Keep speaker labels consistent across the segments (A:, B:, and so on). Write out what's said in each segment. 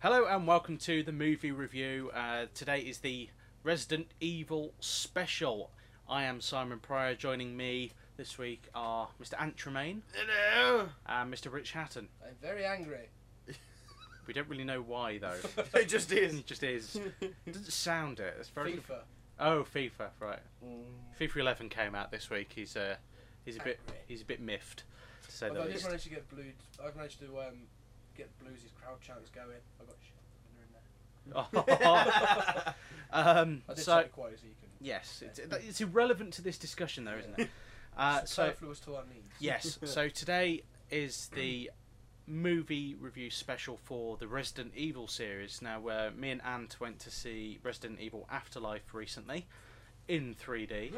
A: Hello and welcome to the movie review. Uh, today is the Resident Evil special. I am Simon Pryor. Joining me this week are Mr. Ant Tremaine
B: Hello.
A: and Mr. Rich Hatton.
C: I'm very angry.
A: We don't really know why though.
B: It just is.
A: it just is. It doesn't sound it. It's very.
C: FIFA.
A: Oh, FIFA, right.
C: Mm.
A: FIFA 11 came out this week. He's uh, he's a bit
C: Angry.
A: he's a bit miffed, to say
C: I've
A: the
C: I've just
A: least.
C: managed to get Blues. I've managed to um, get Blues' crowd chants going. I got shit in there.
A: Oh, um,
C: I did
A: so
C: say it quietly, so you can.
A: yes, it's, it's irrelevant to this discussion though, isn't it? Uh,
C: It's
A: so
C: superfluous to our needs.
A: Yes. so today is the movie review special for the Resident Evil series. Now, uh, me and Ant went to see Resident Evil Afterlife recently in 3D.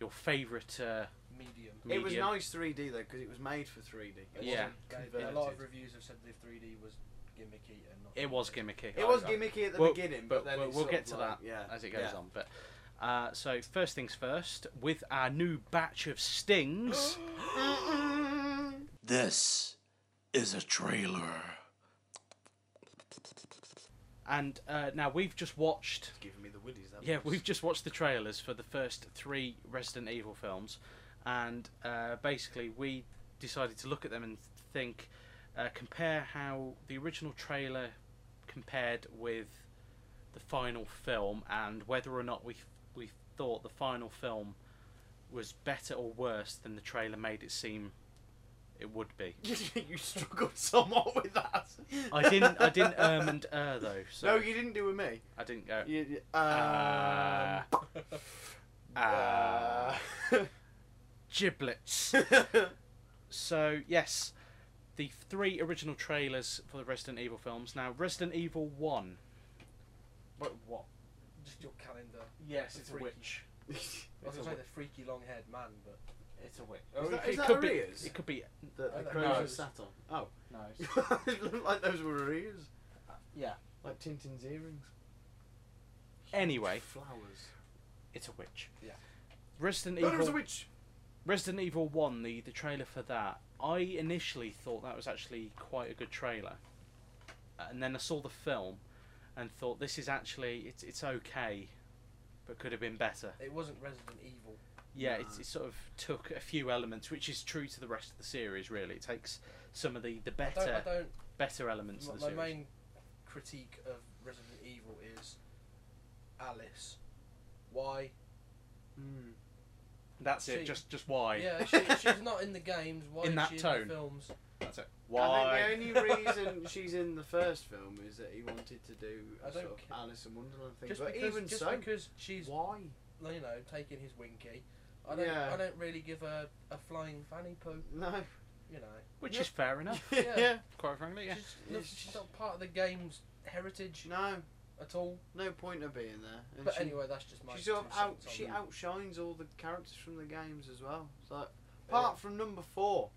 A: Your favourite. Uh,
C: Medium.
B: It was
A: Medium.
B: nice 3D though because it was made for 3D. It
A: Yeah.
B: wasn't
C: They- A
B: converted.
C: lot of reviews have said the 3D was gimmicky and not.
A: it was gimmicky.
B: It was gimmicky at the
A: Well,
B: beginning,
A: but
B: but, then
A: we'll-
B: it's
A: we'll
B: sort
A: get
B: of
A: to
B: like-
A: that
B: yeah,
A: as it goes
B: yeah.
A: on. But uh, so first things first, with our new batch of stings.
D: This is a trailer.
A: and uh, now we've just watched
B: It's giving me the willies. That
A: Yeah,
B: was.
A: we've just watched the trailers for the first three Resident Evil films, and uh, basically we decided to look at them and think, uh, compare how the original trailer compared with the final film, and whether or not we we thought the final film was better or worse than the trailer made it seem it would be.
B: you struggled somewhat with that.
A: I didn't I didn't erm and er though, so
B: No, you Um, didn't do with me.
A: I didn't go.
B: You, you-
A: Uh,
B: um,
A: uh,
B: uh.
A: giblets. So yes, the three original trailers for the Resident Evil films. Now Resident Evil One. What? What?
C: Just your calendar.
A: Yes,
C: it's a witch. I was
A: It's a
C: going to say
A: wi-
C: the freaky long haired man, but.
A: It's a witch.
B: Is that- is that
A: could
B: her
A: be.
B: ears?
A: It could be.
B: the the
C: No.
B: crows sat on. Oh,
A: No.
B: it looked like those were her ears,
A: yeah.
B: like Tintin's earrings.
A: Anyway,
B: flowers.
A: it's a witch.
C: Yeah.
A: Resident
B: Oh, there was a
A: Evil.
B: witch.
A: Resident Evil One. The the trailer for that. I initially thought that was actually quite a good trailer, and then I saw the film, and thought this is actually it's it's okay, but could have been better.
C: It wasn't Resident Evil.
A: yeah,
B: No.
A: it's it sort of took a few elements, which is true to the rest of the series. Really, it takes some of the the
C: I don't. I
A: better
C: don't
A: better elements
C: My,
A: of uh, the
C: my
A: series.
C: main critique of Resident Evil is Alice. Why?
B: Mm.
A: That's it.
C: she-
A: Just just why?
C: Yeah, she, she's not in the games. Why
A: In
C: is
A: that
C: she
A: tone.
C: in the films?
A: That's it.
C: eh?
B: I
A: Why?
B: think the only reason she's in the first film is that he wanted to do
C: I
B: a sort
C: don't
B: of
C: care.
B: Alice in Wonderland thing.
C: Just
B: but
C: because,
B: even
C: just
B: so,
C: because she's
B: why?
C: you know taking his winky, I don't.
B: Yeah.
C: I don't really give her a flying fanny poo.
B: No.
C: You know,
A: Which
B: Yeah.
A: is fair enough.
C: Yeah.
A: Quite frankly, yeah.
C: she's, no, she's not part of the game's heritage
B: No.
C: at all.
B: No point of being there. And
C: but
B: she,
C: anyway, that's just my.
B: she sort
C: two
B: of out.
C: cents on
B: She
C: it.
B: outshines all the characters from the games as well. It's like, apart from number four,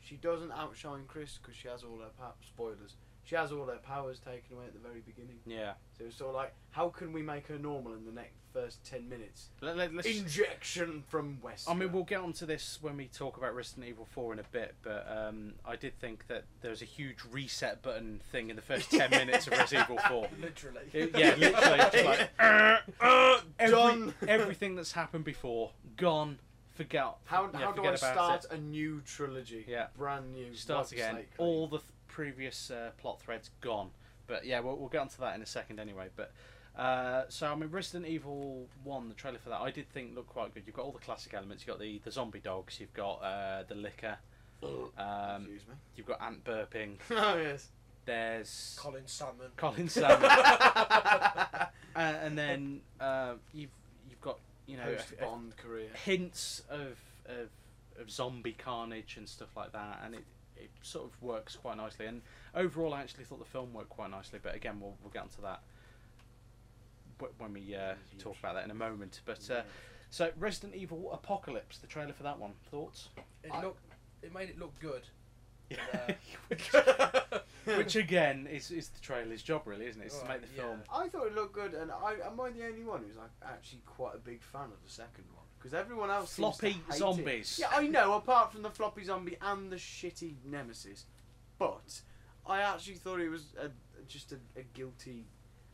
B: she doesn't outshine Chris because she has all her pow- spoilers. She has all her powers taken away at the very beginning.
A: Yeah.
B: So it's sort of like, how can we make her normal in the next first ten minutes?
A: Let, let, let's.
B: Injection from West.
A: I mean, we'll get onto this when we talk about Resident Evil 4 in a bit, but um, I did think that there was a huge reset button thing in the first 10 minutes of Resident Evil 4.
C: Literally.
A: It- yeah, literally. Just like, "Uh, uh, every-
B: Done."
A: everything that's happened before, gone, forgot.
B: How,
A: yeah,
B: how do
A: forget
B: I
A: about
B: start a new trilogy?
A: Yeah.
B: Brand new.
A: it. Start
B: wipes
A: again.
B: slate clean.
A: All the th- previous uh, plot threads gone. But yeah, we'll, we'll get onto that in a second anyway. But uh, so I mean, Resident Evil One, the trailer for that, I did think looked quite good. You've got all the classic elements. You've got the, the zombie dogs. You've got uh, the liquor. Um,
B: Excuse me.
A: you've got ant burping.
B: oh yes.
A: There's
C: Colin Salmon.
A: Colin Salmon. uh, and then uh, you've you've got you know
B: Post
A: a- a
B: Bond career.
A: hints of, of of zombie carnage and stuff like that, and it, it sort of works quite nicely. And overall, I actually thought the film worked quite nicely. But again, we'll we'll get onto that wh- when we uh, talk about that in a moment. But uh, so Resident Evil Apocalypse, the trailer for that one, thoughts?
C: It
B: I-
C: looked. It made it look good. uh,
A: Yeah.
C: Yeah.
A: which, Uh, which again is is the trailer's job really, isn't it? It's to make
C: Right,
A: the
C: yeah.
A: film.
B: I thought it looked good, and I, am I the only one who's like actually quite a big fan of the second one? Because everyone else seems to
A: Floppy
B: hate it.
A: zombies.
B: Yeah, I know. Apart from the floppy zombie and the shitty nemesis, but I actually thought it was a, just a, a guilty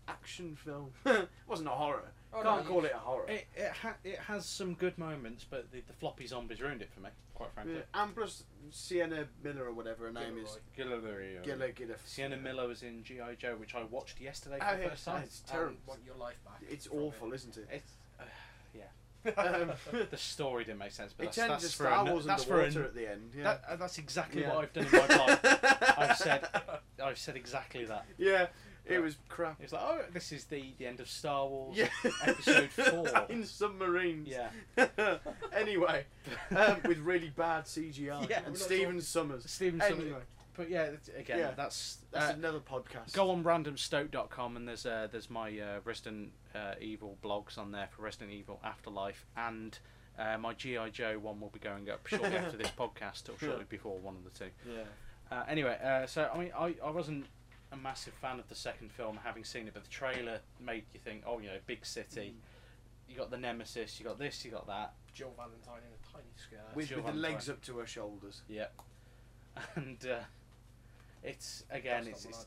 B: action film. it wasn't a horror. Can't call it a horror.
A: It it, ha- it has some good moments, but the, the floppy zombies ruined it for me. Quite frankly.
B: Yeah, and plus Sienna Miller or whatever her name is.
A: Gilliver-
B: Gilla Gilla.
A: Sienna Miller was in GI Joe, which I watched yesterday for
B: Oh,
A: the
B: yeah,
A: first time.
B: it's terrible.
C: want your life back.
B: It's
C: from
B: awful,
C: it.
B: isn't it?
A: It's uh,
B: Um,
A: the story didn't make sense, but
B: it
A: that's,
B: turns
A: that's
B: to
A: for an-
B: Star Wars
A: that's for an-
B: underwater at the end. Yeah.
A: that, uh, that's exactly
B: Yeah.
A: what I've done in my life. I've said I've said exactly that.
B: Yeah,
A: Yeah.
B: it was crap.
A: It's like, oh, this is the, the end of Star Wars.
B: Yeah.
A: Episode four.
B: in submarines.
A: Yeah.
B: anyway, um, with really bad CGI
A: Yeah,
C: we're
B: and
C: not
B: Steven Summers.
A: Steven
B: Anyway,
A: Soderbergh. But yeah, that's- again,
B: Yeah.
A: that's,
B: that's
A: uh,
B: another podcast.
A: go on randomstoke.com and there's uh, there's my uh, Resident uh, Evil blogs on there for Resident Evil Afterlife and uh, my GI Joe one will be going up shortly after this podcast or shortly
B: Yeah.
A: before one of the two.
B: Yeah.
A: Uh, anyway, uh, so I mean, I, I wasn't a massive fan of the second film, having seen it, but the trailer made you think, oh, you know, big city.
B: Mm.
A: You got the nemesis. You got this. You got that.
C: Jill Valentine in a tiny skirt.
B: With,
A: Jill
B: with the
A: Valentine.
B: legs up to her shoulders.
A: Yep. And uh, it's again,
C: That's not
A: it's
C: what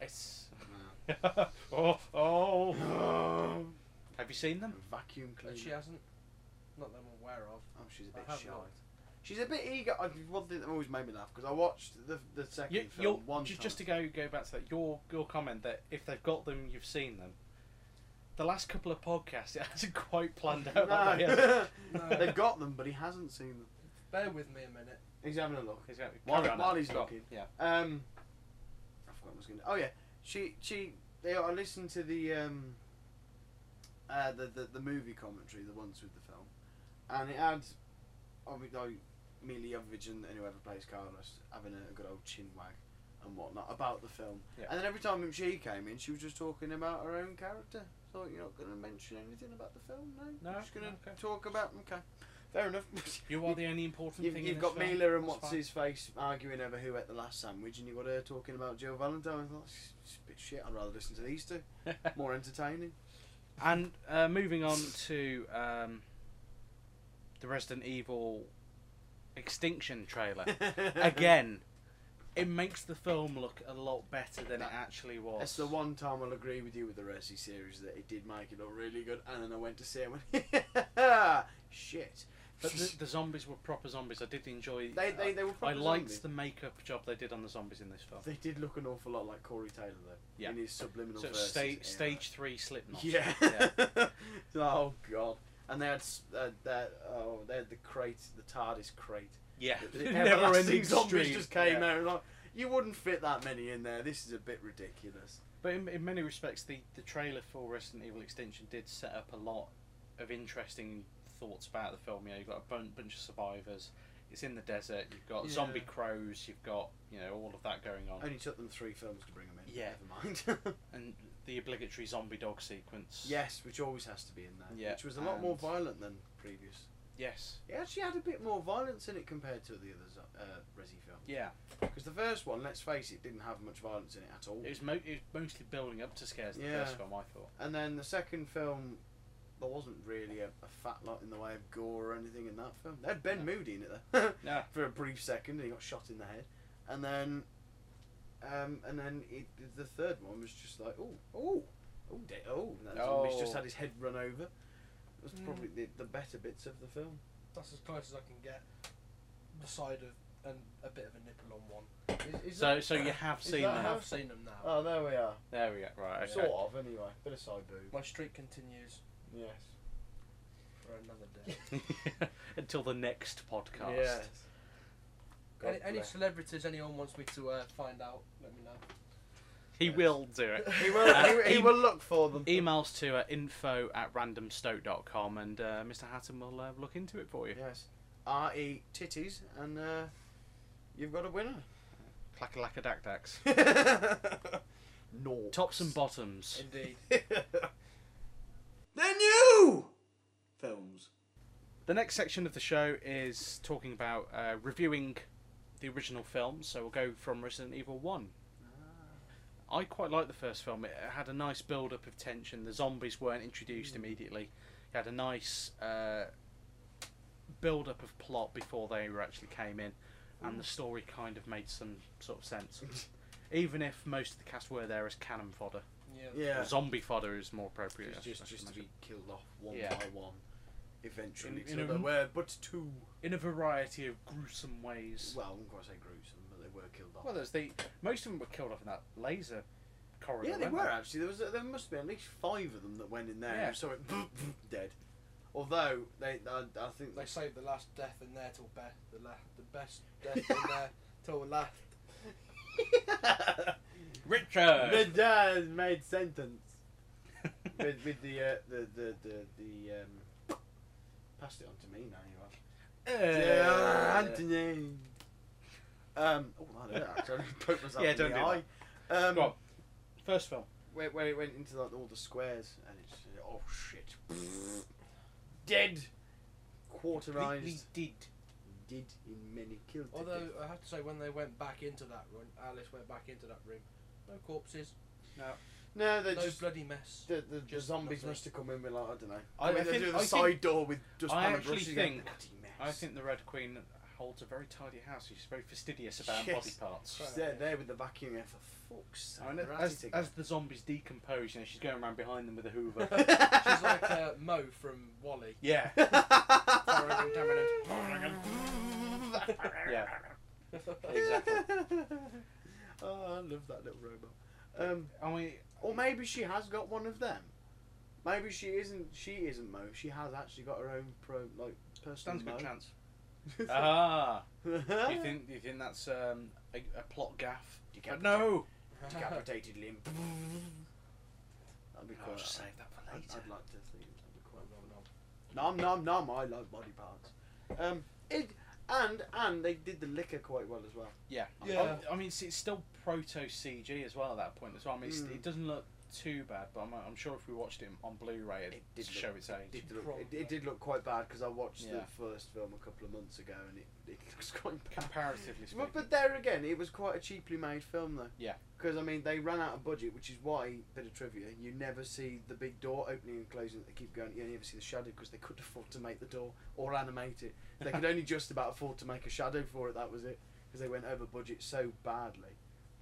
A: it's,
C: I'd do to her.
A: it's oh oh.
B: Um,
A: Have you seen them?
B: Vacuum
C: But
B: cleaner.
C: she hasn't. Not that I'm aware of.
B: oh, she's a
C: I
B: bit
C: have
B: shy.
C: not.
B: She's a bit eager. I, one thing that always made me laugh because I watched the the second
A: You,
B: film
A: you're,
B: one
A: ju-
B: time.
A: just to go go back to that, your your comment that if they've got them, you've seen them. The last couple of podcasts, it hasn't quite planned out. that way, has it?
B: no.
C: No.
B: they've got them, but he hasn't seen them.
C: Bear with me a minute.
B: He's having a look.
A: Exactly.
B: While-
A: Carry on,
B: while
A: Ed.
B: he's
A: Go on.
B: looking.
A: Yeah.
B: Um, I forgot what I was going to. Oh yeah, she she. They, I listened to the um. Uh, the, the the movie commentary, the ones with the film, and it had, oh, obviously, Mila Jovovich and whoever plays Carlos having a, good old chin wag and whatnot about the film.
A: Yeah.
B: And then every time she came in, she was just talking about her own character. So you're not going to mention anything about the film, no?
A: No,
B: You're just going to
A: okay.
B: talk about okay. Fair enough.
A: You are the only important
B: You've,
A: thing. in
B: you've
A: this
B: got
A: film.
B: Mila and
A: That's
B: what's
A: fine.
B: his face arguing over who ate the last sandwich, and you've got her talking about Jill Valentine. I thought, "It's- it's a bit shit. I'd rather listen to these two. More entertaining.
A: and uh, moving on to um, the Resident Evil Extinction trailer. Uh, Again, it makes the film look a lot better than it
B: That-
A: actually was.
B: That's the one time I'll agree with you with the Resi series that it did make it look really good, and then I went to see it and went, shit.
A: But the, the zombies were proper zombies. I did enjoy. uh,
B: They- they- they were
A: I
B: proper
A: liked
B: zombies.
A: the makeup job they did on the zombies in this film.
B: They did look an awful lot like Corey Taylor, though,
A: Yeah.
B: in his subliminal
A: So
B: verses.
A: stage
B: Yeah.
A: stage three Slipknot.
B: Yeah. oh, God. And they had s- uh, that oh they had the crate the TARDIS crate
A: yeah.
B: The
A: Never
B: everlasting
A: ending
B: zombies
A: stream.
B: just came
A: Yeah.
B: out. and Like, you wouldn't fit that many in there. This is a bit ridiculous.
A: But in, in many respects, the, the trailer for Resident Evil Extinction did set up a lot of interesting thoughts about the film. You know, you've got a bun- bunch of survivors. It's in the desert. You've got
B: Yeah.
A: zombie crows. You've got you know all of that going on,
B: Only took them three films to bring them in.
A: Oh. Yeah.
B: Never mind.
A: and the obligatory zombie dog sequence.
B: yes, which always has to be in there.
A: Yeah,
B: Which was a lot more
A: and-
B: violent than previous.
A: Yes.
B: It actually had a bit more violence in it compared to the other zo- uh, Resi film.
A: Yeah.
B: Because the first one, let's face it, didn't have much violence in it at all.
A: It was, mo- it was mostly building up to scares. The
B: Yeah.
A: first film, I thought.
B: And then the second film, there wasn't really a, a fat lot in the way of gore or anything in that film. They had Ben
A: No.
B: Moody in it though.
A: No.
B: For a brief second, and he got shot in the head, and then, um, and then it, the third one was just like, oh, oh, oh, de- oh, and that zombie's just
A: Oh.
B: had his head run over. It was
C: Mm.
B: probably the, the better bits of the film.
C: That's as close as I can get. The side of and a bit of a nipple on one. Is, is
A: So
C: that-
A: so you have
C: is
A: seen
C: that
A: them.
C: how I've seen them now.
B: Oh, there we are.
A: There we go. Right. Okay.
B: Sort of, anyway. Bit of side boob.
C: My streak continues
B: Yes.
C: for another day.
A: Until the next podcast.
B: Yes. God
C: any, any
B: bless.
C: celebrities anyone wants me to uh, find out, let me know.
A: He
B: Yes.
A: will do it.
B: He will.
A: Uh,
B: he, will- he
A: em-
B: will look for them.
A: Emails to uh, info at randomstoke.com and uh, Mr. Hatton will uh, look into it for you.
B: Yes. R.E. Titties, and uh, you've got a winner.
A: Clackalacadacdax.
B: Norks.
A: Tops and bottoms.
C: Indeed.
D: The new films.
A: The next section of the show is talking about uh, reviewing the original films. So we'll go from Resident Evil 1. I quite liked the first film. It had a nice build up of tension. The zombies weren't introduced immediately. It had a nice uh, build up of plot before they were actually came in, and the story kind of made some sort of sense. even if most of the cast were there as cannon fodder.
C: Yeah.
B: Yeah.
A: Or zombie fodder is more appropriate.
B: Just,
A: I
B: just,
A: should
B: just to
A: imagine.
B: be killed off one
A: Yeah.
B: by one, eventually.
A: In-
B: so
A: in a
B: there
A: m-
B: were but two.
A: in a variety of gruesome ways.
B: Well, I wouldn't quite say gruesome, but they were killed off.
A: Well, there's the most of them were killed off in that laser corridor.
B: yeah, they
A: weren't
B: were actually. There was there must have been at least five of them that went in there
A: Yeah.
B: and saw it dead. Although they, I, I think
C: They saved the last death in there till be- the la- the best death in there till the last.
A: Richard.
B: the dad made sentence with, with the, uh, the the the the um. Passed it on to me now. You are. Yeah, Anthony. Um, oh, I don't know, actually. I poked myself
A: Yeah,
B: in the
A: don't do
B: eye. Um,
A: Go on. First film.
B: Where, where it went into like all the squares and it's oh shit, dead,
A: Completely
B: quarterized,
A: did.
B: did in many killed. to
C: Although
B: death.
C: I have to say, when they went back into that room, Alice went back into that room. No corpses,
B: no, they
C: no
B: just
C: bloody mess.
B: the, the, the
C: just
B: zombies
C: nothing.
B: must have come in with like I don't know.
A: I-
B: I, mean,
A: I
B: they
A: think-
B: do the
A: I
B: side
A: think-
B: door with just
A: I
B: panel
A: actually
B: brushes again.
A: think-
B: Bloody mess.
A: I think the Red Queen holds a very tidy house. She's very fastidious about
B: Yes.
A: body parts.
B: she's there, there with the vacuum there for fuck's
A: I
B: sake.
A: mean,
B: ratty
A: as,
B: ticket.
A: as the zombies decompose, you know, she's going around behind them with a Hoover.
C: She's like uh, Mo from Wally.
A: yeah, yeah. Exactly.
B: oh, I love that little robot. Um,
A: I mean,
B: or maybe she has got one of them. Maybe she isn't. She isn't Mo. She has actually got her own pro, like personal
A: stands a
B: Mo.
A: good chance. Ah, do you
B: you
A: think do you think that's um, a, a plot gaff?
B: Decapitated,
A: no,
B: decapitated limb. That'd be
A: I'll
B: quite.
A: just save that for
B: I'd,
A: Oh, later.
B: I'd like to think that'd be quite nom nom. Nom nom nom. I like body parts. Um, it and and they did the liquor quite well as well.
A: Yeah.
C: Yeah.
A: I, I mean, it's, it's still proto CG as well at that point as well. I mean, it's,
B: Mm.
A: it doesn't look too bad, but I'm, I'm sure if we watched it on Blu-ray, it'd
B: It did
A: show
B: look-
A: its age.
B: Did look, it, it did look quite bad because I watched the
A: Yeah.
B: first film a couple of months ago and it, it looks quite bad.
A: Comparatively speaking.
B: But, but there again, it was quite a cheaply made film though.
A: Yeah.
B: Because I mean, they ran out of budget, which is why bit of trivia: you never see the big door opening and closing. That they keep going. You never see the shadow because they couldn't afford to make the door or animate it. They could only just about afford to make a shadow for it. That was it because they went over budget so badly.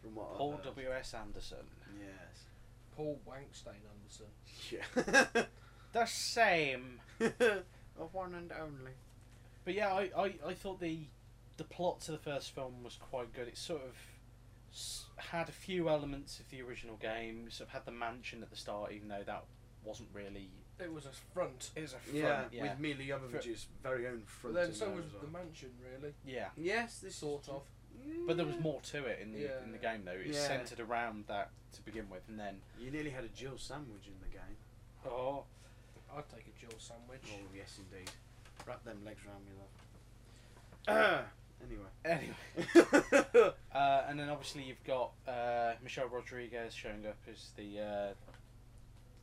B: From what
A: Paul
B: I heard.
A: W. S. Anderson.
B: Yes.
C: Paul Wankstein Anderson.
B: Yeah.
A: The same.
B: the one and only.
A: But yeah, I, I, I thought the the plot to the first film was quite good. It sort of s- had a few elements of the original game. Sort of had the mansion at the start, even though that wasn't really.
C: It was a front.
A: It was a front.
B: Yeah,
A: Yeah. Yeah.
B: with Mila Jovovich's very own
C: But
B: front.
C: then
B: in
C: so
B: there
C: was
B: as well.
C: the mansion, really.
B: yes, this
C: Sort of.
A: But there was more to it in the in the
C: Yeah.
A: game though. It's
B: Yeah.
A: centered around that to begin with, and then
B: You nearly had a Jill sandwich in the game.
A: oh,
C: I'd take a Jill sandwich.
B: Oh yes, indeed. Wrap them legs round me, love.
A: Anyway,
B: anyway.
A: uh, and then obviously you've got uh, Michelle Rodriguez showing up as the uh,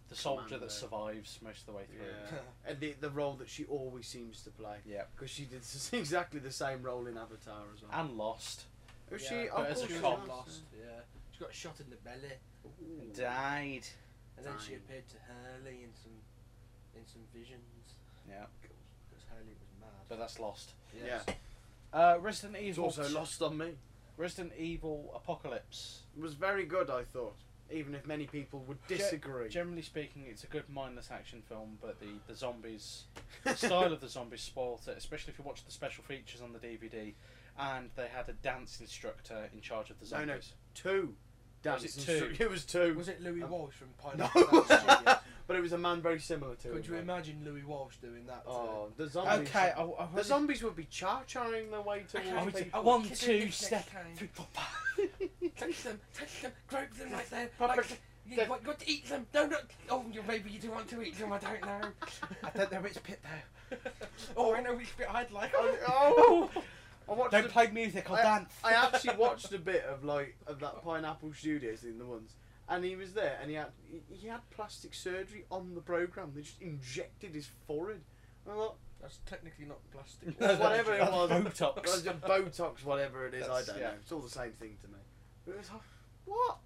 A: the soldier
B: Commando.
A: that survives most of the way through.
B: yeah. And the, the role that she always seems to play.
A: Yep.
B: Because she did s- exactly the same role in Avatar as well.
A: And lost.
B: Was
C: Yeah,
B: she?
A: but
B: of
A: as a
B: course she
A: cop.
B: was,
C: Lost. Yeah. She got shot in the belly,
B: yeah. Ooh.
A: Died.
C: and then she
B: Dying.
C: appeared to Hurley in some in some visions.
A: Yeah.
C: Because Hurley was mad.
A: But that's lost.
B: Yeah.
A: Uh, Resident
B: It's
A: Evil.
B: also lost on me.
A: Resident Evil Apocalypse.
B: It was very good, I thought. Even if many people would
A: Ge-
B: disagree.
A: Generally speaking, it's a good mindless action film, but the, the zombies, the style of the zombies spoilt it, especially if you watch the special features on the DVD. And they had a dance instructor in charge of the
B: No,
A: zombies.
B: no. two.
A: Was
B: Dance
A: it two?
B: instru- It was two.
C: Was it Louis
B: Um,
C: Walsh from
B: No,
C: Pineapple Studios?
B: but it was a man very similar to him.
C: Could you
B: though.
C: imagine Louis Walsh doing that? to-
B: Oh, the zombies.
A: Okay, I, I
B: The zombies would be cha-chaing their way towards
A: I oh, would-
B: people.
A: one,
C: kiss
A: two,
C: it next
A: step,
C: time.
A: three, four, five.
C: Touch them, touch them, grope them like they're
B: Papa-
C: like you
B: that-
C: want, got to eat them. No, no. Oh, you- maybe you do want to eat them. I don't know.
A: I don't know which bit though.
C: oh, I know which bit I'd like.
B: Oh, I watched.
A: Don't
B: a-
A: play music, I'll
B: I-
A: dance.
B: I actually watched a bit of like of that Pineapple Studios thing, the ones, and he was there, and he had he- he had plastic surgery on the program. They just injected his forehead. And I thought,
C: That's technically not plastic.
B: No, whatever it
A: that's
B: was.
A: Botox.
B: well, it's just Botox, whatever it is,
A: That's-
B: I don't
A: yeah.
B: know. It's all the same thing to me. But it was like, what?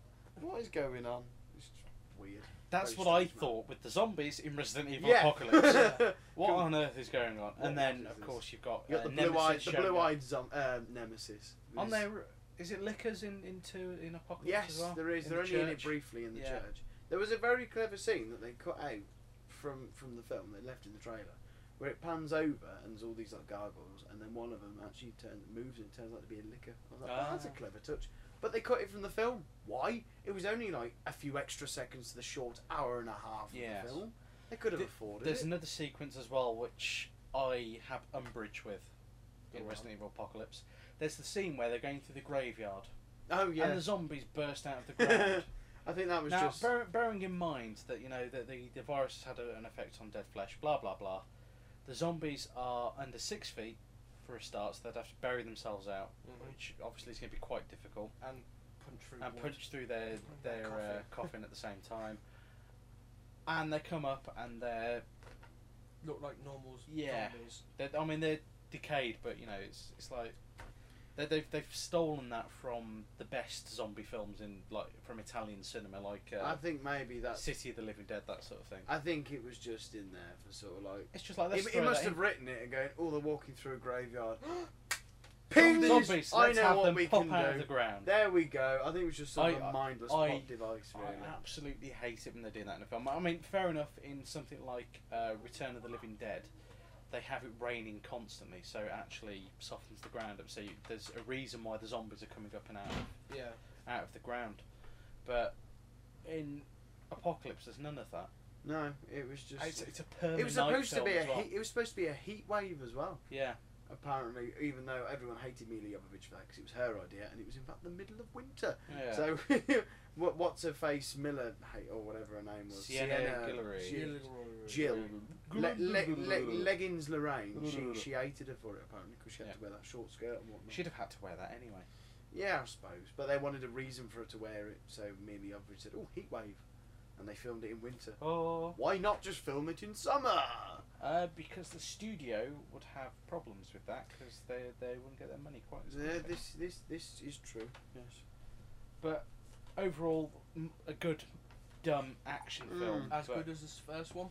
B: What is going on? It's just weird.
A: That's
B: very
A: what I
B: strange, man.
A: thought with the zombies in Resident Evil
B: yeah.
A: Apocalypse. What
B: Cool.
A: on earth is going on?
B: What
A: and then,
B: is
A: of
B: this?
A: course, you've got,
B: You
A: uh,
B: got the
A: Nemesis
B: blue-eyed, the
A: showing up.
B: blue-eyed zom- uh, nemesis.
A: On
B: This-
A: their Is it liquors in into in apocalypse
B: Yes,
A: as well?
B: there is.
A: In
B: They're
A: the
B: only in it
A: church?
B: briefly in the
C: Yeah.
B: church. There was a very clever scene that they cut out from from the film. They left in the trailer where it pans over and there's all these like gargoyles, and then one of them actually turns moves and it turns out to be a liquor. I was like, oh, that's a
A: Ah.
B: clever touch. But they cut it from the film. Why? It was only like a few extra seconds to the short hour and a half
A: Yes.
B: of the film. They could have
A: Th-
B: afforded
A: There's
B: it.
A: another sequence as well which I have umbrage with
B: Go
A: in
B: on.
A: Resident Evil Apocalypse. There's the scene where they're going through the graveyard
B: oh
A: and
B: yeah,
A: the zombies burst out of the ground.
B: I think that was
A: now,
B: just
A: bear, bearing in mind that you know that the, the virus has had a, an effect on dead flesh, blah blah blah. The zombies are under six feet for a start, so they'd have to bury themselves out,
B: Mm-hmm.
C: Mhm.
A: which obviously is going to be quite difficult.
C: and punch through
A: and
C: wood.
A: punch through their
C: Their
A: their coffin. Uh, coffin at the same time. And they come up and they're,
C: Look like normal
A: Yeah.
C: zombies.
A: they're I mean they're decayed, but you know it's it's like they they've they've stolen that from the best zombie films in like from Italian cinema, like
B: I
A: uh,
B: think maybe that's.
A: City of the Living Dead, that sort of thing.
B: I think it was just in there for sort of like
A: It's just like
B: He,
A: let's
B: he
A: throw
B: must
A: Oh, that
B: have
A: in.
B: written it and going, oh, they're walking through a graveyard. Ping!
A: Zombies, let's
B: I know
A: have
B: what
A: them
B: we
A: pop
B: can
A: out of
B: do.
A: the ground.
B: There we go. I think it was just sort of
A: I-
B: a mindless
A: I-
B: pop device,
A: I
B: really.
A: absolutely hate it when they're doing that in a film. I mean, fair enough. In something like uh, Return of the Living Dead, they have it raining constantly, so it actually softens the ground up. So you, there's a reason why the zombies are coming up and out
C: Yeah.
A: out of the ground. But in Apocalypse, there's none of that.
B: No, it was just.
A: It's, it's a permanent.
B: it was supposed to
A: film
B: be a
A: as well.
B: heat. It was supposed to be a heat wave as well.
A: Yeah,
B: Apparently, even though everyone hated Mila Jovovich for that because it was her idea, and it was in fact the middle of winter.
A: yeah.
B: So, what what's her face Miller hate or whatever her name was?
A: Sienna Guillory.
B: Jill. Jill. Le- le- le- leggings Lorraine. She she hated her for it apparently because she had
A: Yeah.
B: to wear that short skirt and whatnot.
A: She'd have had to wear that anyway.
B: Yeah, I suppose. But they wanted a reason for her to wear it, so Mila Jovovich said, "Oh, heat wave," and they filmed it in winter.
A: Oh.
B: Why not just film it in summer?
A: Uh, because the studio would have problems with that because they they wouldn't get their money quite as
B: Yeah,
A: quickly.
B: this this this is true. Yes.
A: But overall, m- a good dumb action film.
B: Mm.
C: As
A: but
C: good as this first one.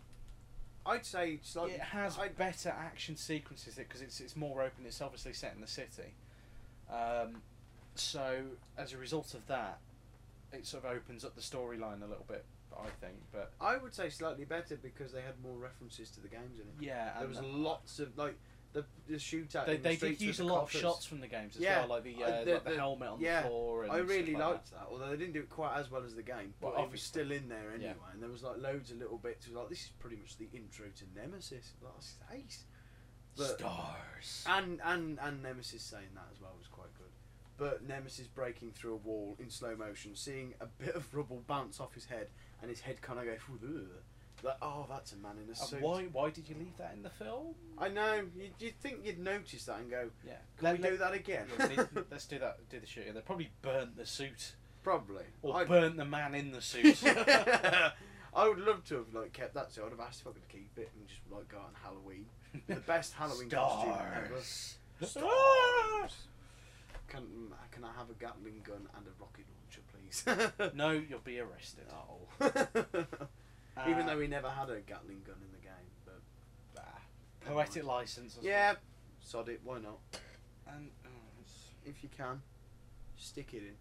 B: I'd say slightly.
A: it has
B: I,
A: better action sequences because it's it's more open. It's obviously set in the city, um, so as a result of that, it sort of opens up the storyline a little bit. I think, but
B: I would say slightly better because they had more references to the games in it.
A: yeah, and
B: There was lots of like the the shootout.
A: they,
B: in the
A: they did
B: streets with
A: use
B: the
A: a lot
B: coppers.
A: of shots from the games as
B: Yeah,
A: well, like the,
B: I-
A: uh,
B: the-
A: like the,
B: the-
A: helmet on
B: yeah,
A: the floor. And
B: I really
A: stuff like
B: liked that. although they didn't do it quite as well as the game,
A: Well,
B: but it was
A: obviously.
B: still in there anyway.
A: Yeah.
B: And there was like loads of little bits. It was like this is pretty much the intro to Nemesis. Like, this is ace.
A: that.
B: But-
A: Stars.
B: And and and Nemesis saying that as well was quite good. But Nemesis breaking through a wall in slow motion, seeing a bit of rubble bounce off his head, and his head kind of go. "Ooh, ugh." Like, oh, that's a man in a
A: And
B: suit.
A: Uh, why why did you leave that in the film?
B: I know. You'd, you'd think you'd notice that and go,
A: Yeah,
B: "Can we do that again?"
A: let's do that. Do the shooting. They probably burnt the suit
B: Probably.
A: or
B: I-
A: burnt the man in the suit.
B: I would love to have like kept that. So I'd have asked if I could keep it and just like go on Halloween. The best Halloween costume ever.
A: Stars. Ah!
B: Stars. Can mm, can I have a Gatling gun and a rocket launcher, please?
A: No, you'll be arrested. Uh,
B: Oh. Even though we never had a Gatling gun in the game, but
A: ah, poetic license. as
B: yeah, sod it. Why not?
A: well. And oh, it's-
B: If you can, stick it in,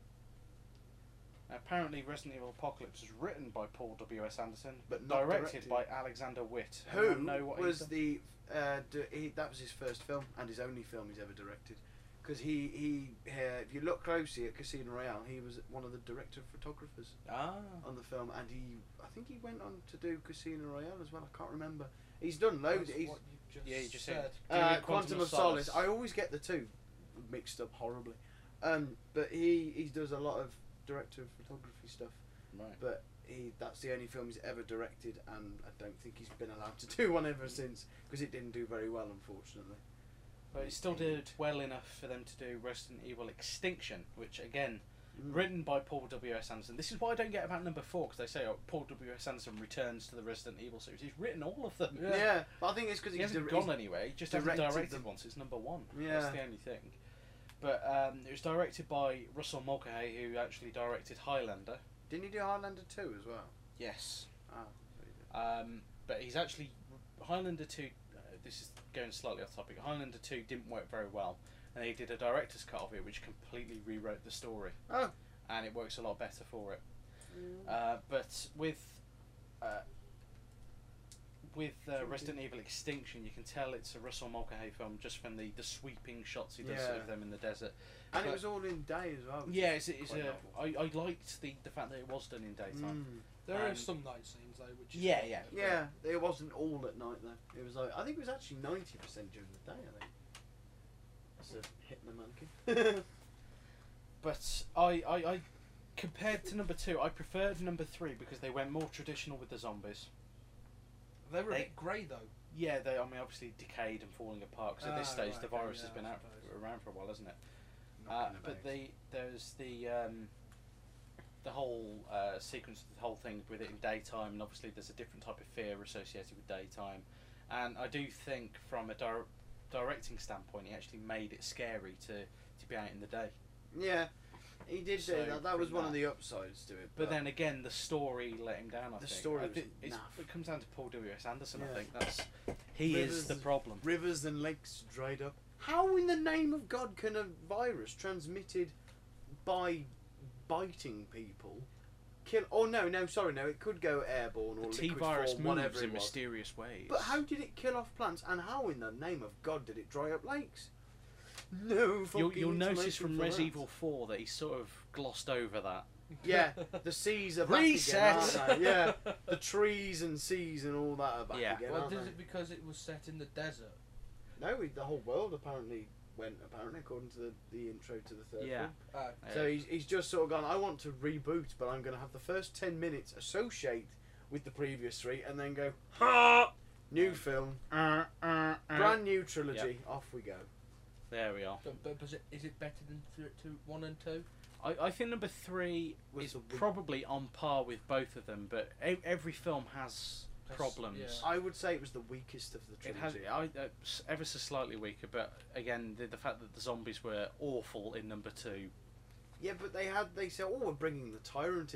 A: apparently, Resident Evil Apocalypse was written by Paul W. S. Anderson,
B: but not
A: directed, by Alexander Witt.
B: Who
A: Anyone know what he's
B: was
A: done?
B: the? Uh, d- he, that was his first film and his only film he's ever directed, because he he uh, if you look closely at Casino Royale, he was one of the director of photographers
A: Ah,
B: on the film, and he I think he went on to do Casino Royale as well. I can't remember. He's done loads.
C: That's
B: He's
C: what you just
A: yeah, you just
C: said.
A: said.
B: uh, Quantum of Solace. I always get the two mixed up horribly, um, but he he does a lot of director of photography stuff.
A: Right.
B: but he that's the only film he's ever directed and I don't think he's been allowed to do one ever since because it didn't do very well unfortunately
A: But it still did well enough for them to do Resident Evil Extinction, which again, written by Paul W. S. Anderson. This is what I don't get about number four because they say oh, Paul W. S. Anderson returns to the Resident Evil series. He's written all of them.
B: yeah. but I think it's because
A: He
B: he's,
A: hasn't
B: dir-
A: gone
B: he's-
A: anywhere. He just hasn't
B: directed
A: directed
B: them.
A: one since number one.
B: Yeah.
A: That's the only thing. But um, it was directed by Russell Mulcahy, who actually directed Highlander.
B: didn't he do Highlander 2 as well
A: Yes.
B: oh, so he did.
A: Um, but he's actually Highlander two. Uh, this is going slightly off topic. Highlander two didn't work very well, and they did a director's cut of it, which completely rewrote the story,
B: Oh.
A: and it works a lot better for it. Uh, but with uh, with uh, Resident Evil Extinction, you can tell it's a Russell Mulcahy film just from the, the sweeping shots he does
B: Yeah.
A: of them in the desert.
B: And it
A: But-
B: was all in day as well. which
A: yeah,
B: is
A: it's, it's
B: quite
A: a,
B: novel.
A: I, I liked the, the fact that it was done in daytime.
B: Mm.
C: There are
A: Um,
C: some night scenes though, which is
A: Yeah, yeah.
B: Yeah, it wasn't all at night though. It was like I think it was actually ninety percent during the day. I think. That's a hit in the monkey.
A: But I, I, I compared to number two, I preferred number three because they went more traditional with the zombies.
C: They were a
A: They-
C: bit grey though.
A: Yeah, they. I mean, obviously decayed and falling apart because at this
C: Ah,
A: stage
C: right,
A: the
C: okay,
A: virus
C: yeah,
A: has been
C: I
A: out
C: suppose.
A: around for a while, hasn't it? Uh,
B: Knocking
A: but
B: about.
A: the there's the um, the whole uh, sequence, the whole thing with it in daytime, and obviously there's a different type of fear associated with daytime, and I do think from a dir- directing standpoint, he actually made it scary to to be out in the day.
B: yeah, he did
A: So
B: say that. That was
A: from
B: one of
A: that-
B: the upsides to it.
A: But then again, the story let him down. I
B: The
A: think
B: story
A: I
B: was
A: thi- it's-
B: naff.
A: it comes down to Paul W S Anderson.
B: Yeah.
A: I think that's he is
B: Rivers-
A: the problem.
B: rivers and lakes dried up. How in the name of God can a virus transmitted by biting people kill? Oh no, no, sorry, no. It could go airborne or
A: The T
B: liquid
A: virus
B: form,
A: moves
B: whatever
A: in
B: it was.
A: mysterious ways.
B: But how did it kill off plants, and how in the name of God did it dry up lakes? No fucking.
A: You'll, you'll notice
B: explanation
A: from
B: for
A: Res
B: that.
A: Evil 4 that he sort of glossed over that.
B: Yeah, the seas are back
A: Reset!
B: again, aren't they? Yeah, the trees and seas and all that are back
A: Yeah.
B: again,
C: well,
B: aren't
C: did
B: they?
C: it because it was set in the desert?
B: No, we, the whole world apparently went apparently according to the, the intro to the third
A: Yeah.
B: film.
C: Uh,
B: So
A: Uh,
B: he's, he's just sort of gone. I want to reboot, but I'm going to have the first ten minutes associate with the previous three, and then go ha. New film,
A: uh, uh, uh.
B: brand new trilogy. Off we go.
A: There we are.
C: but, but was it, is it better than th- two, one and two?
A: I, I think number three
B: Was
A: is
B: the weak-
A: probably on par with both of them, but e- every film has
C: That's-
A: problems.
C: yeah.
B: I would say it was the weakest of the
A: It
B: trilogy.
A: has I, uh, s- ever so slightly weaker, but again, the, the fact that the zombies were awful in number two.
B: Yeah, but they had they said, "Oh, we're bringing the tyrant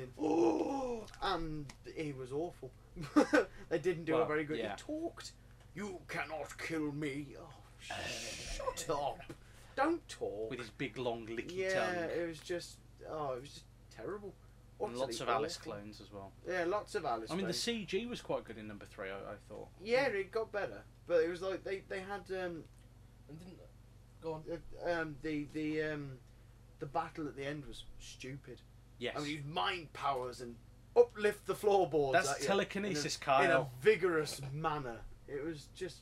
B: in," and he was awful. they didn't do
A: Well,
B: a very good.
A: yeah.
B: He talked. You cannot kill me. Oh, sh- shut up! Don't talk.
A: with his big long licky
B: yeah,
A: tongue.
B: it was just oh, it was just terrible.
A: And lots
B: Utterly
A: of Alice
B: awful.
A: clones as well.
B: Yeah, lots of Alice.
A: I mean, the
B: clones.
A: CG was quite good in number three. I, I thought.
B: yeah, it got better, but it was like they they had um
C: And didn't go on.
B: uh, um the the um the battle at the end was stupid.
A: Yes.
B: I mean, use mind powers and uplift the floorboards.
A: That's
B: at you
A: telekinesis,
B: in a, in a
A: Kyle.
B: vigorous manner. It was just,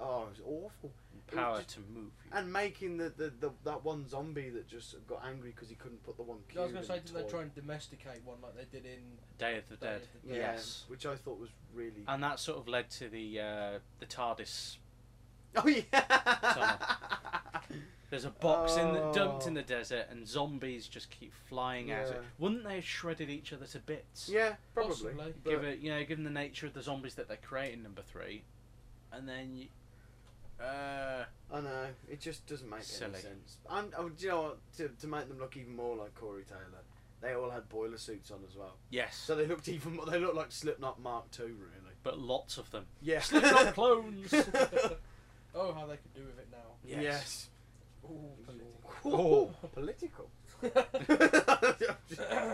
B: oh, it was awful.
A: Power
B: just-
A: to move.
B: And making the, the, the that one zombie that just got angry because he couldn't put the one
C: I
B: cube.
C: was going to
B: in
C: say,
B: the
C: did they
B: toy.
C: try and domesticate one like they did in
A: Day of the
C: Day
A: Dead.
C: of the
B: Yeah,
C: Dead?
A: Yes. Uh,
B: which I thought was really.
A: And that sort of led to the uh, the TARDIS.
B: oh yeah.
A: There's a box in the, dumped
B: Oh.
A: in the desert, and zombies just keep flying at it.
B: Yeah.
A: Wouldn't they have shredded each other to bits?
B: yeah, probably.
C: Possibly.
B: But-
A: Give it, you know, given the nature of the zombies that they create in number three, and then you. Uh,
B: I know it just doesn't make
A: Silly.
B: any sense. And oh, do you know what? To, to make them look even more like Corey Taylor, they all had boiler suits on as well.
A: yes,
B: So they looked even more. They looked like Slipknot Mark Two, really.
A: but lots of them.
B: Yeah.
A: Slipknot clones.
C: Oh, how they could do with it now.
A: Yes.
B: Yes.
C: Ooh,
B: Oh, political.
C: political.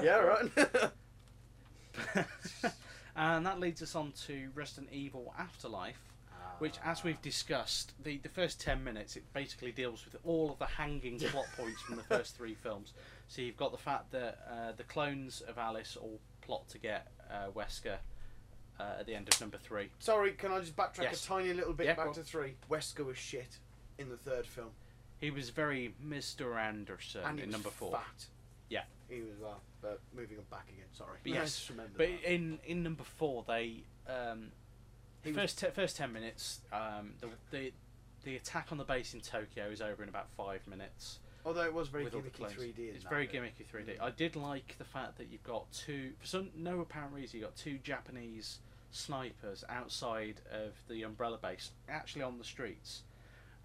B: yeah, right.
A: and that leads us on to Resident Evil Afterlife, which, as we've discussed, the, the first 10 minutes, it basically deals with all of the hanging plot points from the first three films. So you've got the fact that uh, the clones of Alice all plot to get uh, Wesker uh, at the end of number three.
B: Sorry, can I just backtrack
A: Yes.
B: a tiny little bit
A: Yeah,
B: back
A: go on.
B: to three? Wesker was shit in the third film,
A: He was very Mr. Anderson
B: and he
A: in
B: was
A: number four.
B: Fat.
A: Yeah.
B: He was well, but moving on back again. Sorry.
A: But yes,
B: Just remember
A: But
B: that.
A: in, in number four, they um,
B: He was-
A: first te- first ten minutes, um, the, the the attack on the base in Tokyo is over in about five minutes.
B: although it was very
A: with all the
B: gimmicky
A: clones.
B: 3D. in
A: It's
B: that
A: very
B: bit. Mm.
A: gimmicky 3D. I did like the fact that you've got two, for some no apparent reason, you have got two Japanese snipers outside of the umbrella base, actually on the streets,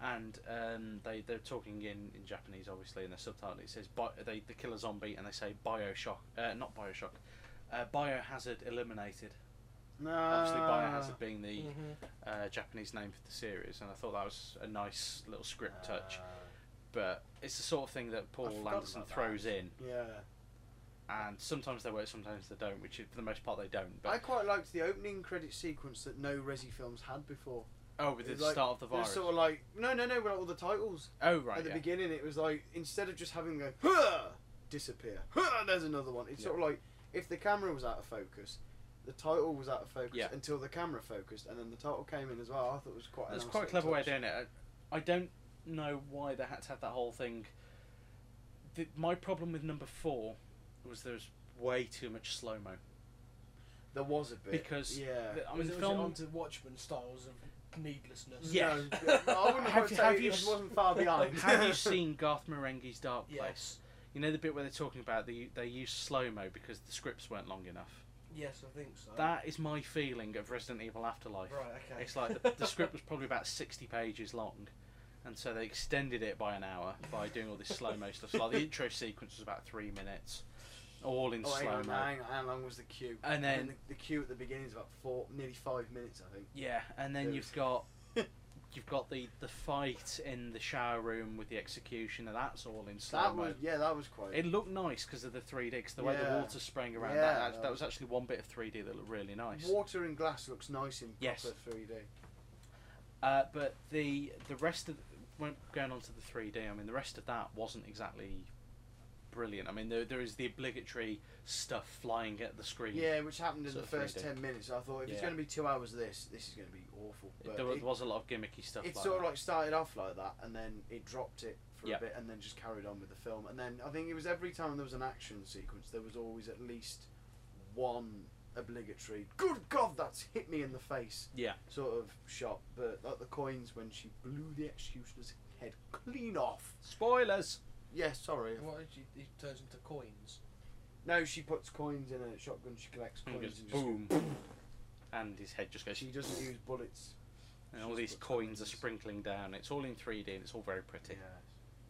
A: and um, they they're talking in, in Japanese, obviously, and their subtitle it says bi- they they kill a zombie and they say Bioshock, uh, not Bioshock, uh, Biohazard eliminated.
B: No.
A: Obviously, Biohazard being the
C: Mhm.
B: Mm-hmm.
A: uh, Japanese name for the series, and I thought that was a nice little script touch. but it's the sort of thing that Paul
B: forgot
A: Anderson
B: Ah. about that.
A: throws in,
B: Yeah.
A: and sometimes they work, sometimes they don't. Which is- for the most part they don't.
B: I
A: But
B: quite liked the opening credit sequence that no Resi films had before.
A: oh, with the
B: it was like-
A: start of the
B: It was
A: virus.
B: sort of like no, no, no. Well, all the titles
A: oh right,
B: at the
A: yeah.
B: beginning, it was like instead of just having them go huh, disappear, huh, there's another one. It's
A: Yeah.
B: sort of like if the camera was out of focus, the title was out of focus
A: Yeah.
B: until the camera focused, and then the title came in as well. I thought it was quite. a
A: That's
B: nice
A: quite a
B: little
A: clever way of
B: touch.
A: doing it. I, I don't know why they had to have that whole thing. The, my problem with number four was there was way too much slow mo.
B: There was a bit
A: Because
B: yeah.
A: I mean, the
C: was, was it
A: film.
C: onto Watchmen styles of needlessness.
A: Yeah.
B: No, I wouldn't have,
A: Have
B: to
A: you-
B: say
A: have
B: it
A: you
B: was-
A: s-
B: wasn't far behind.
A: Have you seen Garth Marenghi's Dark Place?
C: Yes.
A: You know the bit where they're talking about the, they use slow mo because the scripts weren't long enough.
C: Yes, I think
B: Uh.
C: so.
A: That is my feeling of Resident Evil Afterlife.
C: Right. Okay.
A: It's like the, the script was probably about 60 pages long, and so they extended it by an hour by doing all this slow mo stuff. So like the intro sequence was about three minutes, all in
B: Oh, hang
A: slow
B: on,
A: mo.
B: hang on, how long was the queue?
A: And
B: I mean,
A: then-
B: the, the queue at the beginning is about four, nearly five minutes, I think.
A: Yeah, and then
B: Yes.
A: you've got you've got the the fight in the shower room with the execution, and that's all in slow
B: That
A: mo.
B: was yeah, that was quite.
A: It looked nice because of the 3D, 'cause the way the
B: Yeah.
A: water spraying around.
B: Yeah,
A: that, that,
B: that
A: that
B: was-
A: was actually one bit of 3D that looked really nice.
B: Water and glass looks nice in
A: Yes.
B: proper 3D.
A: Uh, but the the rest of when going on to the 3D, I mean, the rest of that wasn't exactly brilliant. I mean, there there is the obligatory stuff flying at the screen.
B: Yeah, which happened in
A: Sort
B: the
A: of
B: first
A: 3D.
B: ten minutes. I thought if it's
A: Yeah.
B: going to be two hours, of this this is going to be awful.
A: It-
B: But
A: there, wa-
B: it,
A: there was a lot of gimmicky stuff.
B: it
A: like
B: sort of
A: that.
B: like started off like that, and then it dropped it for
A: Yeah.
B: a bit, and then just carried on with the film. And then I think it was every time there was an action sequence, there was always at least one obligatory "Good God, that's hit me in the face"
A: Yeah.
B: sort of shot. But like the coins when she blew the executioner's head clean off.
A: spoilers.
B: Yeah, sorry.
C: What did you, he turns into coins.
B: No, she puts coins in a shotgun. She collects
A: And
B: coins
A: it goes
B: and just
A: boom, and his head just goes.
B: She doesn't use bullets.
A: and all
B: she's
A: these
B: got
A: coins are
B: diamonds.
A: sprinkling down. It's all in 3D and it's all very pretty.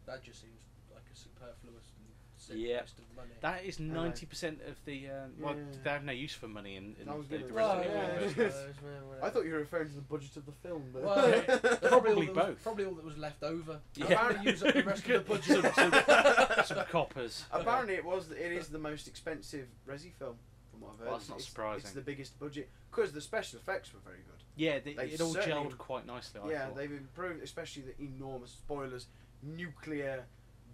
C: That just seems like a superfluous and
A: Yeah.
C: waste of money.
A: That is
B: know.
A: ninety percent of the. Um, well,
B: Yeah.
A: they have no use for money in, in
B: I was
A: the, the
B: gonna say,
A: Resident
B: yeah.
A: Evil universe.
B: Yeah. I thought you were referring to the budget of the film. But
C: Well,
A: That's
C: probably all
A: probably
C: that was-
A: both.
C: Probably all that was left over.
A: Yeah.
C: Apparently use up the rest of the budget.
A: Some- some, some coppers.
B: Apparently, it was. It is the most expensive Resi film from what I've heard.
A: Well, that's not
B: It's- It's
A: surprising.
B: the biggest budget because the special effects were very good.
A: Yeah, they,
B: They
A: it all
B: certainly-
A: gelled quite nicely. I
B: yeah,
A: thought.
B: they've improved, especially the enormous spoilers, nuclear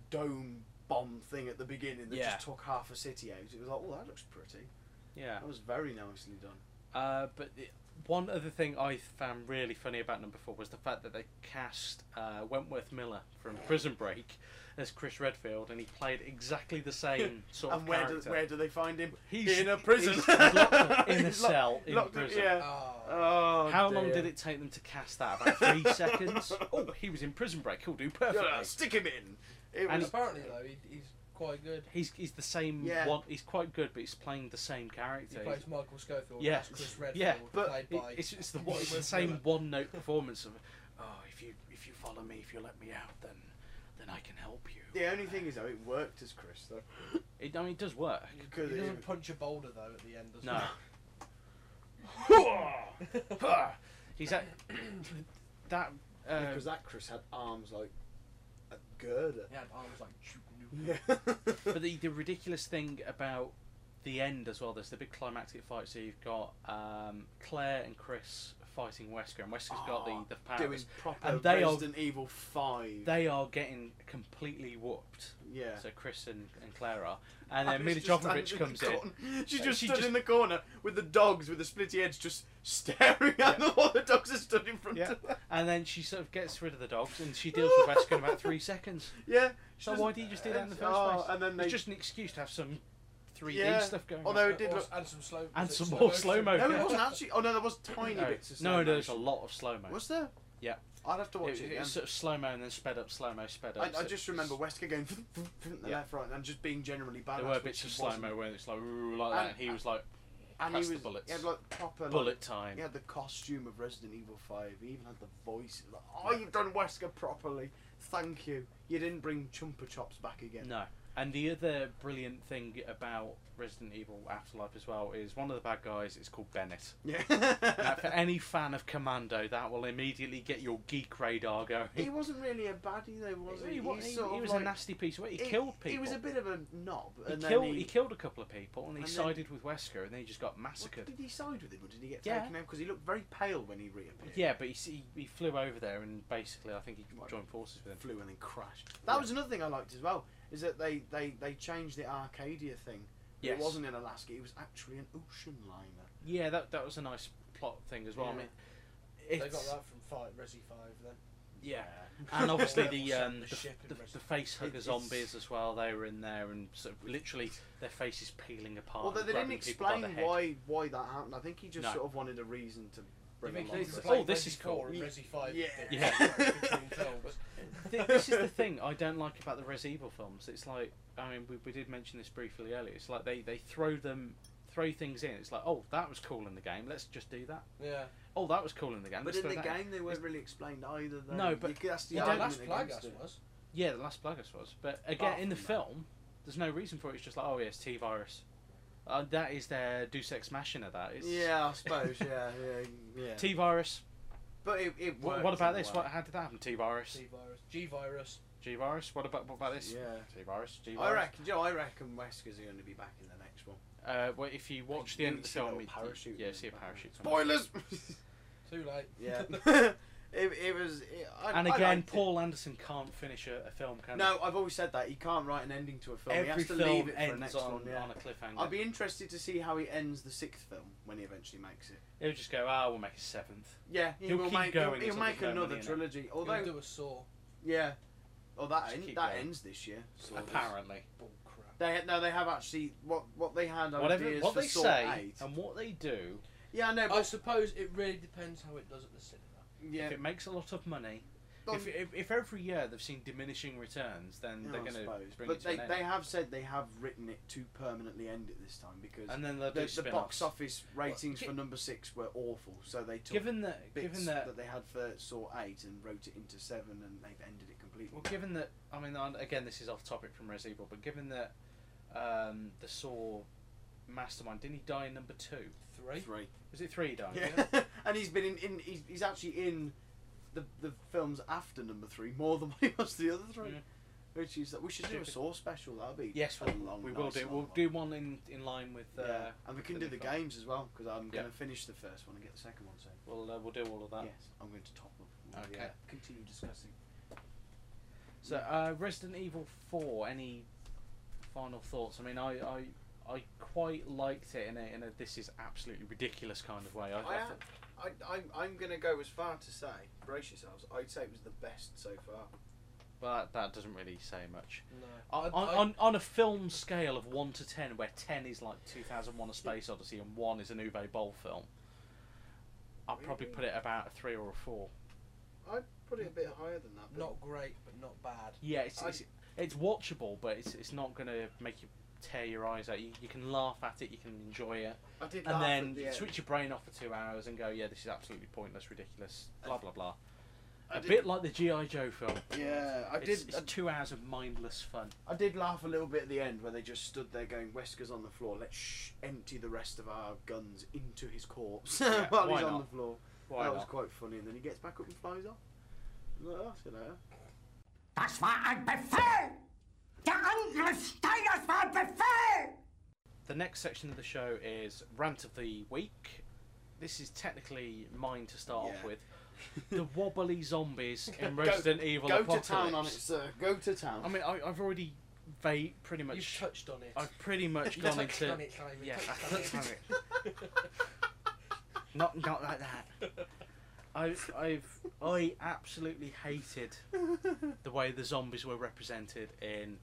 B: dome bomb thing at the beginning that
A: Yeah.
B: just took half a city out. It was like, oh, that looks pretty.
A: yeah.
B: That was very nicely done.
A: Uh, but the, one other thing I found really funny about number four was the fact that they cast uh, Wentworth Miller from Prison Break as Chris Redfield, and he played exactly the same sort
B: and
A: of
B: where do,
A: character.
B: where do they find him?
A: He's-
B: in a prison.
A: he's- he's locked up in a
B: He's lock-
A: cell in
B: locked up-
A: prison.
B: yeah.
C: Oh.
A: Uh,
B: Oh,
A: How long
B: dear.
A: did it take them to cast that? About three seconds. Oh, he was in Prison Break. He'll do perfectly.
B: Yeah, stick him in. It
A: And
B: was,
C: apparently though, he, he's quite good.
A: He's he's the same.
B: Yeah.
A: One, he's quite good, but he's playing the same
C: He
A: character.
C: plays Michael Schofield.
A: Yeah.
C: that's Chris Redfield,
A: Yeah,
B: but
C: played
A: It-
C: by.
A: it's, it's the one- it's the
C: Wentworth
A: same
C: Miller.
A: one note performance of, oh, if you if you follow me, if you let me out, then then I can help you.
B: the only thing is though, it worked as Chris though.
A: It, I mean, it does work.
C: He
B: Because
C: doesn't
B: it-
C: punch a boulder though at the end, does
A: No,
C: he?
A: he's at that. Uh,
B: because that Chris had arms like a girder.
C: he had arms like shoot nuke.
B: Yeah.
A: but the, the ridiculous thing about the end as well, there's the big climactic fight. So you've got um, Claire and Chris fighting Wesker, and Wesker's got
B: Oh,
A: the the
B: Doing
A: powers.
B: proper
A: And they are-
B: Resident Evil Five.
A: They are getting completely whooped.
B: yeah.
A: So Chris and, and Claire are, and then
B: Alice
A: Mila
B: just
A: Jovovich
B: stands the
A: comes in.
B: corner- She
A: So
B: just
A: she
B: stood
A: just-
B: in the corner with the dogs with the splitty edge just staring
A: Yeah.
B: at them while the dogs are stood in front
A: Yeah.
B: of her.
A: And then she sort of gets rid of the dogs and she deals with Wesker in about three seconds.
B: Yeah. she
A: So
B: doesn't-
A: why do you just do that in the first
B: oh,
A: place?
B: And then they
A: It's just an excuse to have some 3D
B: Yeah,
A: stuff going on.
B: although it did
C: Or-
B: look-
C: and some slow
A: And
C: was it
A: some more
C: motion?
A: slow-mo,
B: No,
A: yeah.
B: it wasn't actually. Oh no, there was tiny
A: no,
B: bits of slow
A: no, there's a
B: motion.
A: lot of slow mo.
B: Was there?
A: Yeah.
B: I'd have to watch
A: It,
B: it.
A: it,
B: again.
A: it's sort of slow mo and then sped up, slow mo, sped up.
B: I,
A: so
B: I just remember Wesker going and
A: Yeah.
B: left, right, and just being generally bad.
A: There were bits of slow mo where it's like "Ooh," like that,
B: And-
A: and he was like
B: and he
A: past
B: was
A: the bullets.
B: He had like proper
A: bullet
B: Like,
A: time.
B: he had the costume of Resident Evil Five. He even had the voice. It was Like, oh, you've done Wesker properly. Thank you. You didn't bring Chumper Chops back again.
A: No, And the other brilliant thing about Resident Evil Afterlife as well is one of the bad guys is called Bennett. Now, for
B: Yeah.
A: any fan of Commando, that will immediately get your geek radar going.
B: he wasn't really a baddie though, was he?
A: He wa- he-
B: He's sort
A: he
B: of
A: was
B: like-
A: a nasty piece of work. He,
B: he-
A: killed people.
B: He was a bit of a knob.
A: He
B: and
A: killed,
B: Then
A: he,
B: he,
A: killed a couple of people, and he
B: and then-
A: sided with Wesker, and then he just got
B: What-
A: massacred.
B: did he side with him, or did he get
A: Yeah.
B: taken out? Because he looked very pale when he reappeared.
A: Yeah, but he, s- he he flew over there, and basically, I think he joined forces with him.
B: flew and then crashed. That
A: Yeah.
B: was another thing I liked as well. Is that they they they changed the Arcadia thing.
A: Yes.
B: It wasn't in Alaska. It was actually an ocean liner.
A: Yeah, that that was a nice plot thing as well. I
B: Yeah.
A: mean,
C: They
A: it's,
C: got that from Five Resi Five then.
A: yeah, and obviously the
C: Yeah.
A: um,
C: The
A: the,
C: ship in
A: the,
C: Resident
A: the face hugger
B: It's-
A: zombies as well. They were in there, and sort of literally their faces peeling apart.
B: Although
A: and
B: they didn't
A: grabbing people by
B: explain
A: the head.
B: why why that happened. I think he just
A: No.
B: sort of wanted a reason to bring
C: You think
B: along.
A: they
C: they
B: with it.
A: explain-
C: played
A: Oh, this
C: Resi
A: is cool.
C: 4 and
B: Ye-
C: Resi Five.
B: yeah.
C: did
A: Yeah.
C: it between films.
A: Th- this is the thing I don't like about the Res Evil films. It's like I mean we, we did mention this briefly earlier. It's like they, they throw them throw things in. It's like oh that was cool in the game. Let's just do that.
C: Yeah.
A: Oh that was cool in the game.
B: But
A: let's
B: in
A: throw
B: the
A: that
B: game, they weren't really explained either. Though.
A: No, but-
B: You could- that's the
A: Yeah,
C: yeah,
A: Well,
B: argument
C: Last Plague Us
B: against it.
C: was.
A: Yeah, the Last Plagueis was. But
B: Apart
A: again, in the
B: from that.
A: film, there's no reason for it. It's just like oh yeah, it's T virus. Uh, that is their Deus Ex Machina. That it's
B: Yeah, I suppose. Yeah, yeah, yeah.
A: T virus.
B: but it, it
A: What,
B: worked
A: what about
B: in a
A: this?
B: way.
A: What how did that happen? T virus.
C: T virus. G virus.
A: G virus. What about what about this?
B: Yeah.
A: T virus. G
B: I
A: virus.
B: reckon, Joe. I reckon Wesker's going to be back in the next one.
A: Uh, well, if you watch the
B: You
A: end of the
B: see a
A: film,
B: little
A: it-
B: parachute
A: yeah,
B: in
A: see a
B: the background.
A: parachute.
B: Spoilers.
C: Too late.
B: yeah. it, it was. It, I,
A: and
B: I
A: again,
B: liked it.
A: Paul Anderson can't finish a, a film, can
B: No, I've always said that he can't write an ending to a
A: he?
B: film. he
A: Every
B: has to
A: film
B: leave it for the
A: ends
B: next
A: on,
B: one. Yeah.
A: on a cliffhanger.
B: I'd be interested to see how he ends the sixth film when he eventually makes it.
A: He'll just go, ah, we'll make a seventh.
B: Yeah, he
A: He'll
B: will
A: keep
B: make.
A: going
B: he'll,
A: until
B: he'll make
A: there's no
B: another
A: money in it.
B: trilogy.
C: Although
B: Although,
C: do a saw.
B: yeah. Oh, that
A: Just
B: end,
A: keep
B: that
A: going.
B: ends this year. So
A: Apparently,
C: Bull crap.
B: They had- no, they have actually what what they had
A: whatever
B: ideas
A: what
B: for
A: they
B: Saw
A: say um,
B: Eight.
A: and what they do,
B: Yeah, I know.
C: I
B: But,
C: suppose it really depends how it does at the cinema.
B: yeah,
A: if it makes a lot of money,
B: Um,
A: if, if, if every year they've seen diminishing returns, then
B: yeah,
A: they're
B: I
A: going to
B: suppose.
A: bring
B: But
A: it to
B: they,
A: an end.
B: they have said they have written it to permanently end it this time because
A: and then they'll do
B: the, the box
A: spin-offs.
B: office ratings
C: gi-
B: for number six were awful, so they took
A: Given that,
B: bits
A: given
B: that,
A: that,
B: they had for Saw Eight and wrote it into seven, and they've ended it completely.
A: well, given that, I mean, on- again, this is off topic from Res Evil, but given that um, the Saw Mastermind didn't he die in number two?
C: Three.
B: Three.
A: Was it three he died?
B: Yeah. and he's been in. in he's, he's actually in the the films after number three more than he was the other three.
A: Yeah.
B: Which is that we should do a
A: Stupid.
B: Saw special. That'll be
A: Yes,
B: a
A: we'll,
B: long,
A: we will
B: nice
A: do.
B: long
A: We'll
B: one.
A: do one in, in line with. Uh,
B: Yeah. and we can
A: the
B: do
A: new
B: the
A: film.
B: games as well because I'm
A: Yeah.
B: going to finish the first one and get the second one soon.
A: We'll uh, we'll do all of that.
B: Yes, I'm going to top up.
A: Okay.
B: Yeah, continue discussing.
A: So, uh, Resident Evil Four. Any final thoughts? I mean, I, I I quite liked it in a in a this is absolutely ridiculous kind of way. I,
B: I
A: I
B: am- I, I'm, I'm going to go as far to say, brace yourselves, I'd say it was the best so far.
A: but that, that doesn't really say much.
C: No.
A: On,
C: I-
A: uh, on,
C: I-
A: on, on a film scale of one to ten, where ten is like 2001: A Space Odyssey and one is an Uwe Boll film, I'd probably
B: Really?
A: put it about a three or a four.
B: I'd put it a bit higher than that. But
C: not great, but not bad.
A: Yeah, it's,
B: I-
A: it's it's watchable, but it's it's not gonna make you tear your eyes out. You, you can laugh at it, you can enjoy it,
B: I did
A: and
B: laugh
A: then
B: at the
A: you
B: end.
A: switch your brain off for two hours and go, yeah, this is absolutely pointless, ridiculous, blah blah blah.
B: I
A: A
B: did-
A: bit like the GI Joe film.
B: Yeah, I
A: it's,
B: did. uh,
A: It's two hours of mindless fun.
B: I, I did laugh a little bit at the end where they just stood there going, "Wesker's on the floor. Let's sh- empty the rest of our guns into his corpse
A: Yeah,
B: while
A: why
B: he's
A: not?
B: on the floor."
A: Why
B: that
A: not?
B: was quite funny. And then he gets back up and flies off. I'm Like, oh, see you later.
E: Das war ein Befehl! Der Angriff Steigers war ein Befehl!
A: The next section of the show is rant of the week. This is technically mine to start off
B: Yeah.
A: with. The wobbly zombies in
B: Go-
A: Resident Evil
B: Go
A: Apocalypse.
B: to town on it, sir. Go to town.
A: I mean, I, I've already vague, pretty much.
C: You've touched on it.
A: I've pretty much
C: You
A: gone
C: touched
A: into
C: on it, Simon,
A: yeah,
C: touched
A: I
C: on
A: touched
C: it.
A: on it. not not like that. I I've I absolutely hated the way the zombies were represented in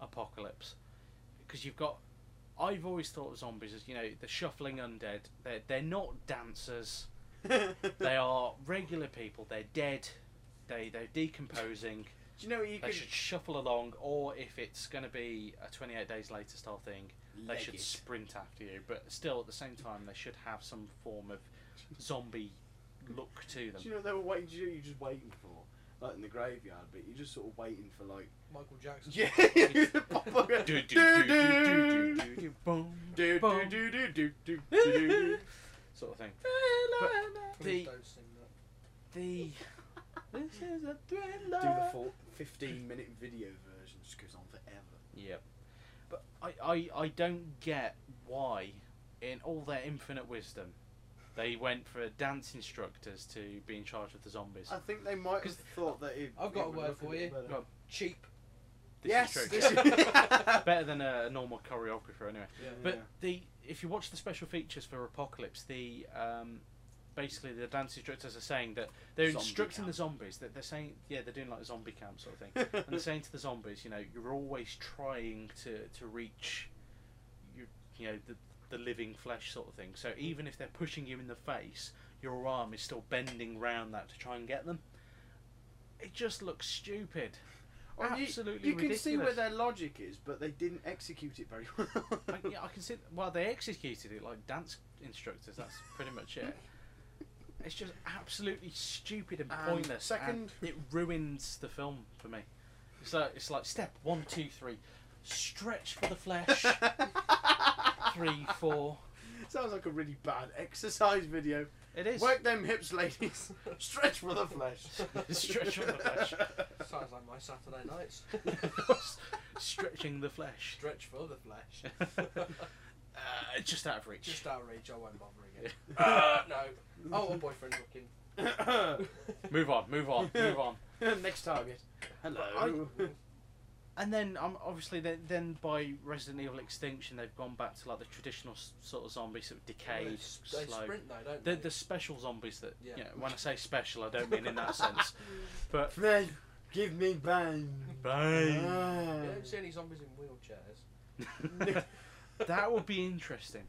A: Apocalypse because you've got I've always thought of zombies as you know the shuffling undead. They're they're not dancers. They are regular people. They're dead. They they're decomposing.
B: Do you know what you
A: They
B: could
A: should shuffle along, or if it's going to be a 28 days later style thing, they
B: Leg
A: should
B: it.
A: sprint after you. But still, at the same time, they should have some form of zombie look to them.
B: Do you know what they were waiting? Do you know what you're just waiting for? like in the graveyard, but you're just sort of waiting for like
C: Michael Jackson.
B: yeah, to pop up.
A: Do,
B: do
A: do, do, do, do, do, do, boom,
B: do
A: boom.
B: do do do do do do.
A: sort of thing.
C: Please
A: The-
C: don't sing that.
A: The this is a
B: Do
A: thriller.
B: the full 15 minute video version, just goes on forever.
A: Yep. But I, I, I don't get why, in all their infinite wisdom, they went for dance instructors to be in charge of the zombies.
B: I think they might have
A: 'Cause-
B: thought that it.
C: I've got
B: it
C: a
B: would
C: word
B: look
C: for
B: bit
C: you.
B: better.
A: Go on.
C: Cheap.
A: This
B: yes.
A: is true.
B: this is-
A: Better than a normal choreographer, anyway. But
B: Yeah.
A: the if you watch the special features for Apocalypse, the um, basically the dance instructors are saying that they're
B: Zombie
A: instructing the
B: camp.
A: zombies that they're saying yeah they're doing like a zombie camp sort of thing, and they're saying to the zombies you know you're always trying to to reach your you know the the living flesh sort of thing. So even if they're pushing you in the face, your arm is still bending round that to try and get them. It just looks stupid.
B: Well, you-
A: Absolutely
B: You, can see where
A: ridiculous.
B: their logic is, but they didn't execute it very well.
A: I, yeah, I can see. Well, they executed it like dance instructors. That's pretty much it. It's just absolutely stupid and,
B: And
A: pointless. and
B: second-
A: it ruins the film for me. It's like it's like step one, two, three, stretch for the flesh. three, four.
B: Sounds like a really bad exercise video.
A: It is.
B: Work them hips, ladies. Stretch for the flesh.
A: Stretch for the flesh.
C: Sounds like my Saturday nights.
A: Stretching the flesh.
C: Stretch for the flesh.
A: uh, just out of reach.
C: Just outreach. I won't bother again. uh, no. Oh, my boyfriend's looking.
A: Move on. Move on. Move on.
B: Next target. Hello.
A: and then um, obviously then, then by Resident Evil Extinction they've gone back to like the traditional s- sort of zombie sort of
C: They,
A: decayed
C: s- they
A: slow
C: sprint though, don't
A: the,
C: they?
A: the special zombies that
C: Yeah.
A: you know, when I say special I don't mean in that sense but
B: Flesh, give me bang.
C: You
B: Bang.
C: don't see any zombies in wheelchairs.
A: that would be interesting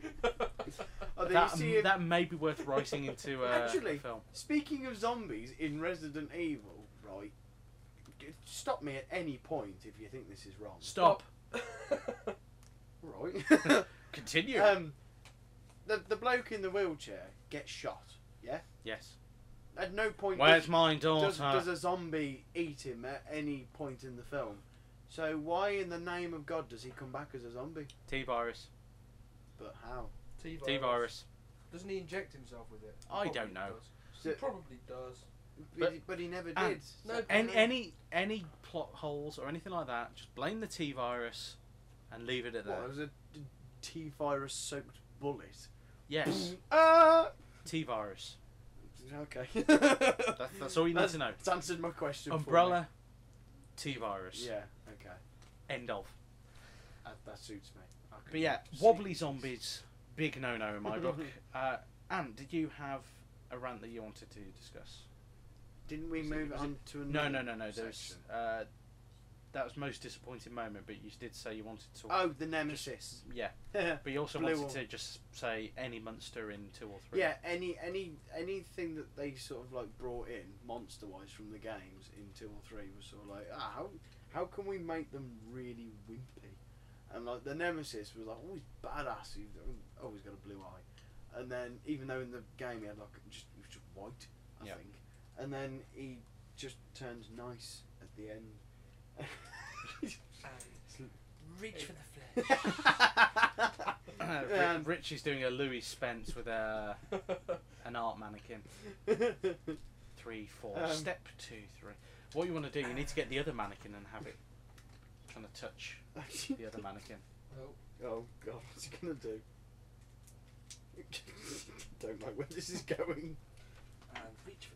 B: Oh, then you
A: that,
B: see him-
A: that may be worth writing into uh,
B: Actually-
A: a film
B: Speaking of zombies in Resident Evil, right? g- Stop me at any point if you think this is wrong.
A: stop
B: Right.
A: continue
B: um, the the bloke in the wheelchair gets shot.
A: yes
B: At no point
A: where's
B: does-
A: my daughter
B: does, does a zombie eat him at any point in the film. So why in the name of God does he come back as a zombie?
A: T-virus
B: But how?
C: T-virus.
A: T-virus
C: Doesn't he inject himself with it?
A: I
C: He
A: don't
C: probably
A: know.
C: does.
B: So-
C: he probably does.
B: But,
A: But-
B: he- but he never
A: and-
B: did.
C: No,
B: So-
C: but-
A: any, any any plot holes or anything like that just blame the T-virus and leave it at
B: what,
A: that
B: it was a d- T-virus soaked bullet.
A: yes Uh,
B: Ah!
A: T virus.
B: Okay.
A: That's, that's all you need to know.
B: It's answered my question. for me.
A: Umbrella, T virus.
B: Yeah. Okay.
A: End of.
B: That, that suits me. I
A: But
B: can
A: yeah,
B: see-
A: wobbly zombies, big no no in my book. Uh, Anne, did you have a rant that you wanted to discuss?
B: Didn't we
A: was it-
B: move
A: was it-
B: on to
A: No,
B: another?
A: no, no, no. There's
B: section?
A: uh, that was most disappointing moment, but you did say you wanted to.
B: Oh, the nemesis.
A: Yeah, but you also
B: Blue
A: wanted
B: one.
A: to just say any monster in two or three.
B: yeah. Any any anything that they sort of like brought in monster wise from the games in two or three was sort of like ah how how can we make them really wimpy? And like the nemesis was like always badass. He's always got a blue eye. And then even though in the game he had like just he was just white, I
A: Yeah.
B: think. And then he just turns nice at the end.
C: And reach for the flesh.
A: Ri-
B: Um,
A: Rich is doing a Louis Spence with a an art mannequin. three, four.
B: Um,
A: Step two, three. What you want to do, you need to get the other mannequin and have it trying to touch the other mannequin.
C: Oh,
B: Oh god, what's he gonna do? Don't like where this is going.
C: and reach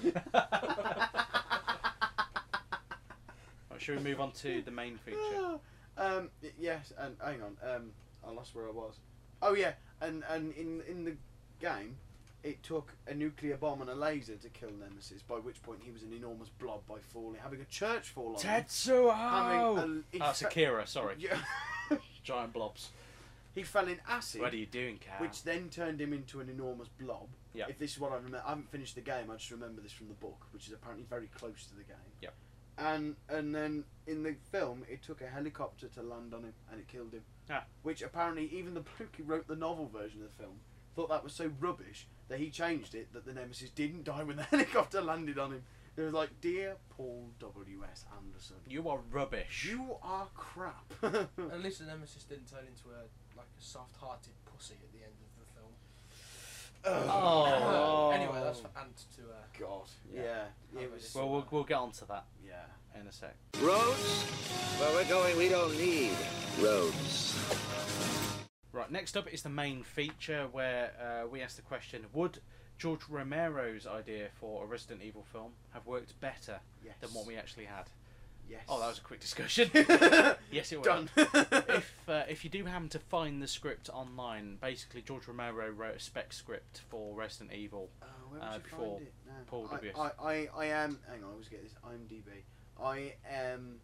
C: for the flesh.
A: Right, shall we move on to the main feature?
B: um, y- yes, and hang on. Um, I lost where I was. Oh yeah, and and in in the game, it took a nuclear bomb and a laser to kill Nemesis. By which point he was an enormous blob by falling, having a church fall on him.
A: Tetsuo!
B: Having a-
A: Oh, Akira, sorry.
B: Yeah.
A: Giant blobs.
B: he fell in acid.
A: What are you doing, Cal?
B: which then turned him into an enormous blob.
A: Yeah.
B: If this is what I remember, I haven't finished the game. I just remember this from the book, which is apparently very close to the game.
A: Yeah.
B: And and then in the film, it took a helicopter to land on him, and it killed him.
A: Ah.
B: Which apparently even the bloke who wrote the novel version of the film thought that was so rubbish that he changed it that the nemesis didn't die when the helicopter landed on him. They're like, dear Paul W. S. Anderson,
A: You are rubbish.
B: you are crap.
C: And at least the Nemesis didn't turn into a like a soft-hearted pussy at the end of the film.
A: Oh.
C: anyway, that's for Ant to. Uh,
B: God. Yeah. It was.
A: Well, we'll we'll get onto that
B: yeah.
A: in a sec.
F: Roads? Where we're going, we don't need roads.
A: Right, next up is the main feature where uh, we ask the question: Would George Romero's idea for a Resident Evil film have worked better
B: Yes.
A: than what we actually had?
B: Yes.
A: Oh, that was a quick discussion. yes, it was.
B: Done.
A: if uh, if you do happen to find the script online, basically George Romero wrote a spec script for Resident Evil.
B: Uh, where would
A: uh,
B: you
A: before
B: find it? No.
A: Paul
B: I,
A: W.S..
B: I, I, I am. Hang on, I always get this. I'm DB. I am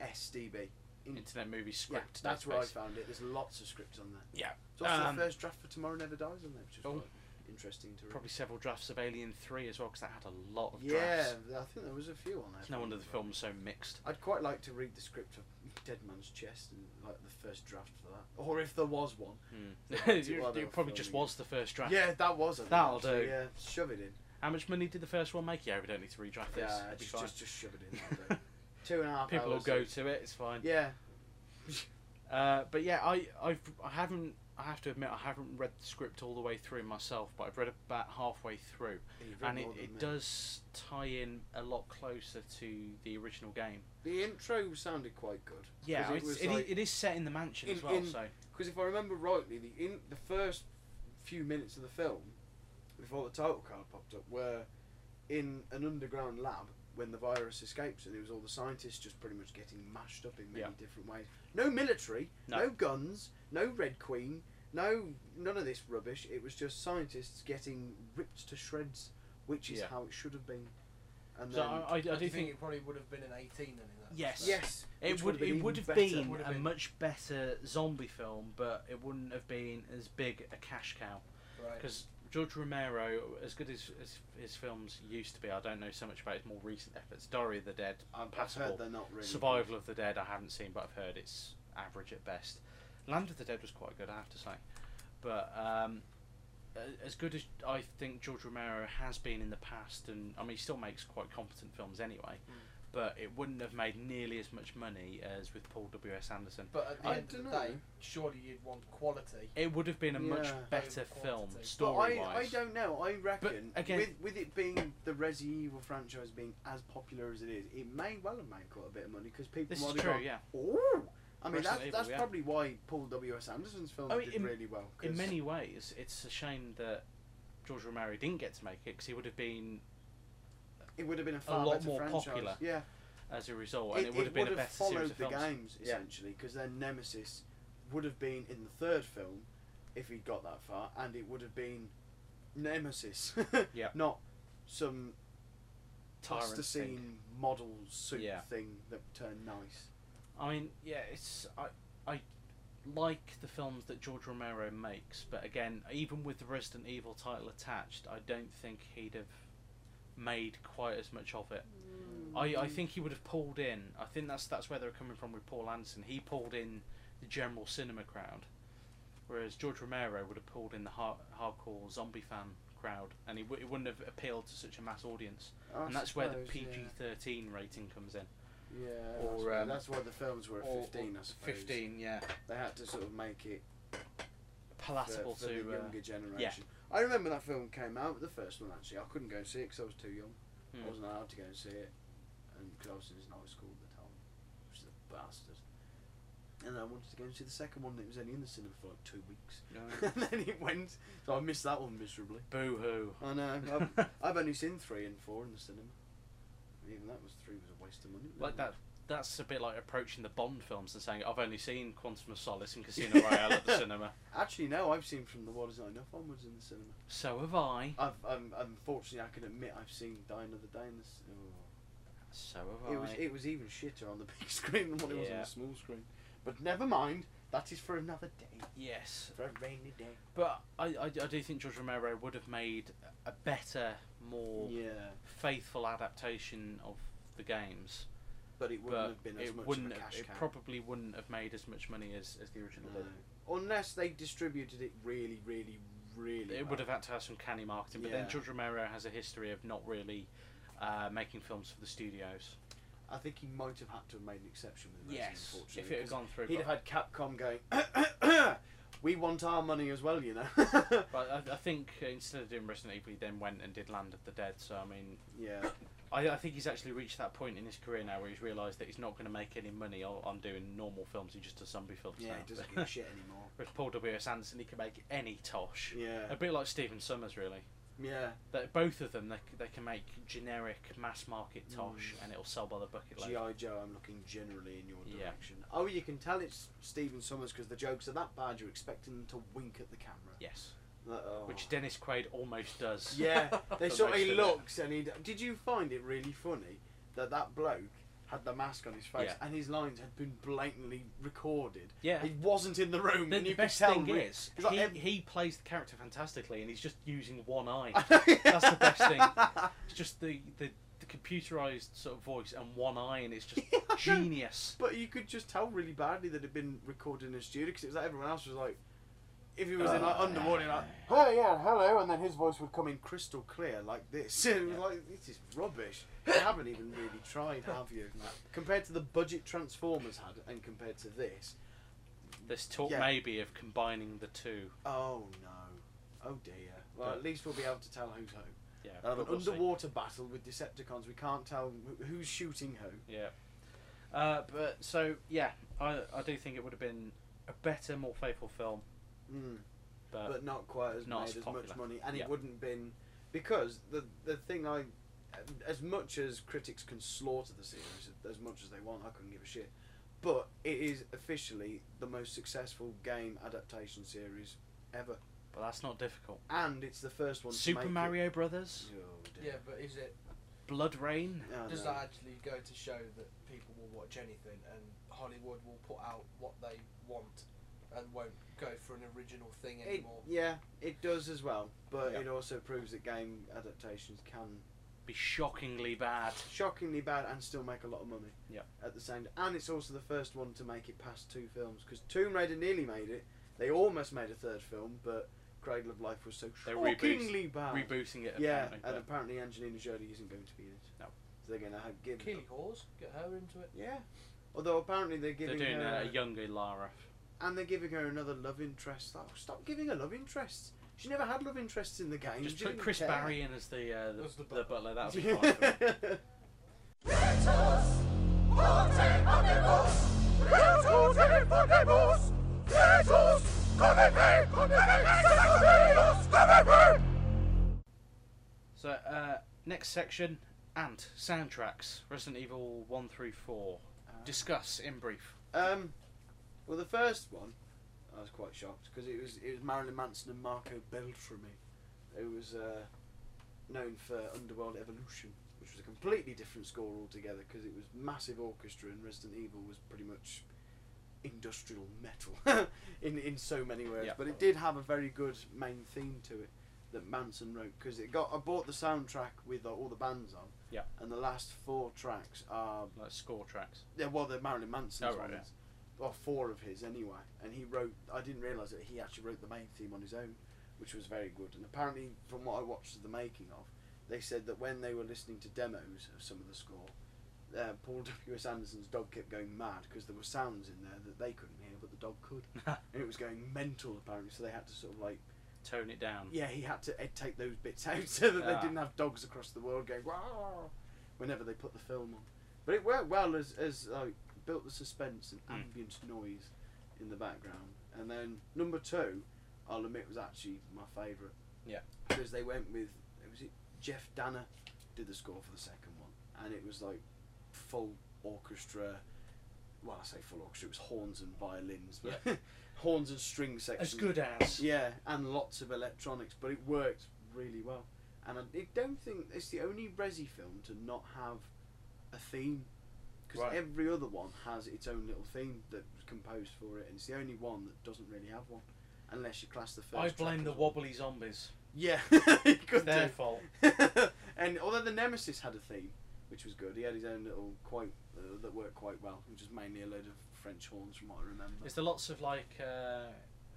B: SDB.
F: Hmm.
B: In-
A: Internet movie
B: yeah,
A: script.
B: that's where I
A: Database.
B: found it. There's lots of scripts on there.
A: Yeah.
B: It's also
A: Um,
B: the first draft for Tomorrow Never Dies on there, which is
A: Oh.
B: quite interesting to read.
A: Probably several drafts of Alien Three as well, because that had a lot of
B: yeah,
A: drafts.
B: I think there was a few on there.
A: It's no wonder the film's so mixed.
B: I'd quite like to read the script of Dead Man's Chest and like the first draft for that, or if there was one.
A: it
B: Well, they were
A: it probably just
B: filming it.
A: was the first draft.
B: Hmm. Yeah, that was. I think,
A: That'll
B: actually,
A: do.
B: Yeah, shove it in.
A: How much money did the first one make? Yeah, we don't need to redraft this.
B: Yeah,
A: It'll be
B: just,
A: fine.
B: just just shove it in. that'll do. Two and a half.
A: People will
B: hours
A: go
B: of-
A: to it. It's fine.
B: Yeah,
A: Uh, but yeah, I I've, I haven't. I have to admit, I haven't read the script all the way through myself, but I've read about halfway through,
B: you've read
A: and it,
B: more than me.
A: it does tie in a lot closer to the original game.
B: The intro sounded quite good.
A: Yeah,
B: 'Cause it
A: it's,
B: was
A: it, i-
B: like-
A: it is set in the mansion
B: in-
A: as well.
B: in-
A: so
B: Because if I remember rightly, the in the first few minutes of the film, before the title card popped up, were in an underground lab when the virus escapes, and it was all the scientists just pretty much getting mashed up in many
A: Yeah.
B: different ways. No military,
A: No.
B: no. guns, no Red Queen, no none of this rubbish. It was just scientists getting ripped to shreds, which is
A: Yeah.
B: how it should have been. And
A: so
B: then
A: I, I, I do
C: you
A: think,
C: it probably would have been an 18 then in that.
A: Yes.
C: respect.
B: yes,
A: it
B: which
A: would
B: been
A: it would
B: even
A: have
B: better.
A: been
C: Would have
A: a
C: been-
A: much better zombie film, but it wouldn't have been as big a cash cow.
C: Right.
A: Because George Romero, as good as, as his films used to be, I don't know so much about his more recent efforts. Diary of the Dead,
B: I've
A: passable.
B: heard they're not really
A: Survival of the Dead, I haven't seen, but I've heard it's average at best. Land of the Dead was quite good, I have to say. But um, a- as good as I think George Romero has been in the past, and I mean, he still makes quite competent films anyway,
B: Mm.
A: but it wouldn't have made nearly as much money as with Paul W.S. Anderson.
C: But at the
B: I
C: end of the
B: dunno.
C: day, surely you'd want quality.
A: It would have been a much
B: Yeah.
A: better film,
C: Quantity.
B: But
A: story
B: I, I
A: wise.
B: don't know. I reckon
A: again-
B: with with it being the Resident Evil franchise being as popular as it is, it may well have made quite a bit of money because people
A: This is
B: might have
A: true,
B: gone,
A: yeah.
B: "Ooh." I mean,
A: Resident
B: that's,
A: Evil,
B: that's
A: yeah.
B: probably why Paul W. S. Anderson's film
A: I mean,
B: did
A: in-
B: really well.
A: in
B: 'cause-
A: many ways, it's a shame that George Romero didn't get to make it because he would have been,
B: it would have been a far
A: lot
B: better
A: more
B: franchise.
A: popular,
B: Yeah,
A: as a result, and it, would have been a better
B: followed
A: series of
B: the
A: films.
B: games
A: Yeah.
B: essentially because then Nemesis would have been in the third film if he'd got that far, and it would have been Nemesis,
A: Yeah.
B: not some
A: Tyrant thing.
B: plasticine model suit
A: Yeah.
B: thing that turned nice.
A: I mean, yeah, it's I I like the films that George Romero makes, but again, even with the Resident Evil title attached, I don't think he'd have made quite as much of it. I, I think he would have pulled in. I think that's that's where they're coming from with Paul Anderson. He pulled in the general cinema crowd, whereas George Romero would have pulled in the har- hardcore zombie fan crowd, and he w- it wouldn't have appealed to such a mass audience.
B: I
A: and that's where the
B: suppose,
A: PG thirteen rating comes in.
B: Yeah, yeah
A: or,
B: I suppose.
A: um,
B: that's why the films were at
A: Or- or
B: 15, I suppose.
A: Fifteen, yeah,
B: They had to sort of make it for,
A: palatable
B: for
A: to
B: the
A: uh,
B: younger generation. I remember that film came out, the first one actually. I couldn't go see it because I was too young.
A: Hmm.
B: I wasn't allowed to go and see it. And because I was in high school at the time. Which is a bastard. And I wanted to go and see the second one that was only in the cinema for like two weeks. and then it went. So I missed that one miserably.
A: Boo hoo.
B: I know. I've, I've only seen three and four in the cinema. Even that was three was a waste of money.
A: Like that. That's a bit like approaching the Bond films and saying, "I've only seen Quantum of Solace and Casino Royale at the cinema."
B: Actually, no. I've seen from the world is not enough onwards in the cinema.
A: So have I.
B: I've, I'm, unfortunately, I can admit I've seen Die Another Day in the. c- Oh.
A: So have
B: It was
A: I.
B: it was even shitter on the big screen than what it was on
A: Oh, Yeah.
B: the small screen. But never mind. That is for another day.
A: yes,
B: For a rainy day.
A: but I, I, I do think George Romero would have made a better, more
B: Yeah,
A: faithful adaptation of the games.
B: but it wouldn't
A: but
B: have been
A: it
B: as much
A: wouldn't.
B: of a
A: have-
B: cash
A: it
B: cow.
A: probably wouldn't have made as much money as, as the original did.
B: No. Unless they distributed it really, really, really.
A: It
B: well.
A: would have had to have some canny marketing, but then
B: Yeah.
A: George Romero has a history of not really uh, making films for the studios.
B: I think he might have had to have made an exception with Resident,
C: Yes,
B: unfortunately.
A: If it had
B: 'cause
A: gone through,
B: he'd
A: but,
B: have had Capcom going, we want our money as well, you know.
A: but I, I think uh, instead of doing Resident Evil, he then went and did Land of the Dead. So I mean,
B: yeah.
A: I, I think he's actually reached that point in his career now where he's realised that he's not going to make any money on, on doing normal films. He just does zombie films
B: Yeah,
A: now.
B: he doesn't give a shit anymore.
A: Whereas Paul W S Anderson, he can make any tosh.
B: Yeah.
A: A bit like Stephen Summers, really.
B: Yeah.
A: That both of them, they, c- they can make generic mass market
B: Mm.
A: tosh, and it'll sell by the bucket load.
B: G.I. Joe, I'm looking generally in your
A: Yeah.
B: direction. Oh, you can tell it's Stephen Summers because the jokes are that bad you're expecting them to wink at the camera.
A: Yes,
B: Like, oh.
A: which Dennis Quaid almost does.
B: Yeah, they
A: For
B: sort of
A: most
B: he
A: of it.
B: looks and he. Did you find it really funny that that bloke had the mask on his face
A: Yeah.
B: and his lines had been blatantly recorded?
A: Yeah.
B: he wasn't in the room.
A: The,
B: and
A: the
B: you
A: best
B: could tell
A: thing
B: re-
A: is,
B: it's like
A: he,
B: ev-
A: he plays the character fantastically, and he's just using one eye. That's the best thing. It's just the, the, the computerized sort of voice and one eye, and it's just genius.
B: But you could just tell really badly that it had been recorded in a studio because it was like everyone else was like, if he was in like underwater, like, oh yeah, hello, and then his voice would come in crystal clear like this. And it was like, this is rubbish. You haven't even really tried, have you? Compared to the budget Transformers had, and compared to this,
A: There's talk
B: Yeah.
A: maybe of combining the two.
B: oh no, oh dear. Well, at least we'll be able to tell who's who.
A: Yeah,
B: They'll have an
A: but we'll see.
B: underwater battle with Decepticons. We can't tell wh- who's shooting who.
A: Yeah. Uh, but so yeah, I I do think it would have been a better, more faithful film,
B: Mm.
A: but,
B: but not quite as
A: Uh, not
B: made
A: as
B: as, much
A: popular.
B: money, and
A: Yeah.
B: it wouldn't been because the the thing I, as much as critics can slaughter the series as much as they want, I couldn't give a shit. But it is officially the most successful game adaptation series ever,
A: but that's not difficult.
B: and it's the first one. to
A: Super
B: make
A: Mario
B: It.
A: Brothers,
B: Oh, dear.
C: Yeah, but is it
A: Blood Rain.
B: Oh,
C: does
B: no.
C: that actually go to show that people will watch anything and Hollywood will put out what they want and won't go for an original thing
B: It,
C: anymore?
B: yeah, it does as well, but
A: Yeah.
B: it also proves that game adaptations can
A: Be shockingly bad.
B: shockingly bad and still make a lot of money.
A: Yeah.
B: At the same, and it's also the first one to make it past two films because Tomb Raider nearly made it. They almost made a third film, but Cradle of Life was so
A: They
B: shockingly bad.
A: Rebooting it.
B: yeah,
A: apparently,
B: and
A: but-
B: apparently Angelina Jolie isn't going to be in it.
A: No.
B: So they're going to have give.
C: Keely Hawes, get her into it.
B: Yeah. Although apparently they're
A: they're
B: giving
A: doing
B: her
A: a, a younger Lara.
B: and they're giving her another love interest. Oh, stop giving her love interests. She never had love interests in the game.
A: Just
B: She
A: put
B: didn't
A: Chris
B: care.
A: Barry in as the uh, the,
C: As the
A: the
C: butler.
A: butler. That would be fine. So uh, next section, Ant soundtracks. Resident Evil one through four.
B: Uh-huh.
A: Discuss in brief.
B: Um, well, the first one, I was quite shocked because it was it was Marilyn Manson and Marco Beltrami, who was uh, known for Underworld Evolution, which was a completely different score altogether because it was massive orchestra and Resident Evil was pretty much industrial metal in in so many ways.
A: Yeah.
B: But it did have a very good main theme to it that Manson wrote because it got I bought the soundtrack with uh, all the bands on.
A: Yeah.
B: And the last four tracks are
A: Like score tracks.
B: yeah, well, they're Marilyn Manson's
A: Oh, right,
B: ones. Or four of his, anyway. And he wrote, I didn't realise that he actually wrote the main theme on his own, which was very good. And apparently, from what I watched of the making of, they said that when they were listening to demos of some of the score, uh, Paul W.S. Anderson's dog kept going mad because there were sounds in there that they couldn't hear, but the dog could. and it was going mental, apparently, so they had to sort of like
A: Tone it down.
B: yeah, he had to ed- take those bits out so that
A: Ah.
B: they didn't have dogs across the world going wow whenever they put the film on. But it worked well as as like built the suspense and
A: Mm.
B: ambient noise in the background. And then number two, I'll admit, was actually my favourite.
A: Yeah.
B: because they went with was it Jeff Danner did the score for the second one, and it was like full orchestra. Well, I say full orchestra. It was horns and violins, but horns and string sections.
A: As good as.
B: Yeah, and lots of electronics, but it worked really well. And I I don't think it's the only Resi film to not have a theme, because
A: Right.
B: every other one has its own little theme that was composed for it, and it's the only one that doesn't really have one, unless you class the first.
A: I
B: track
A: blame
B: as
A: the
B: one.
A: wobbly zombies.
B: Yeah, It could
A: Their
B: do.
A: fault.
B: and although the Nemesis had a theme, which was good, he had his own little quite uh, that worked quite well, which was mainly a load of French horns from what I remember.
A: Is there lots of like uh,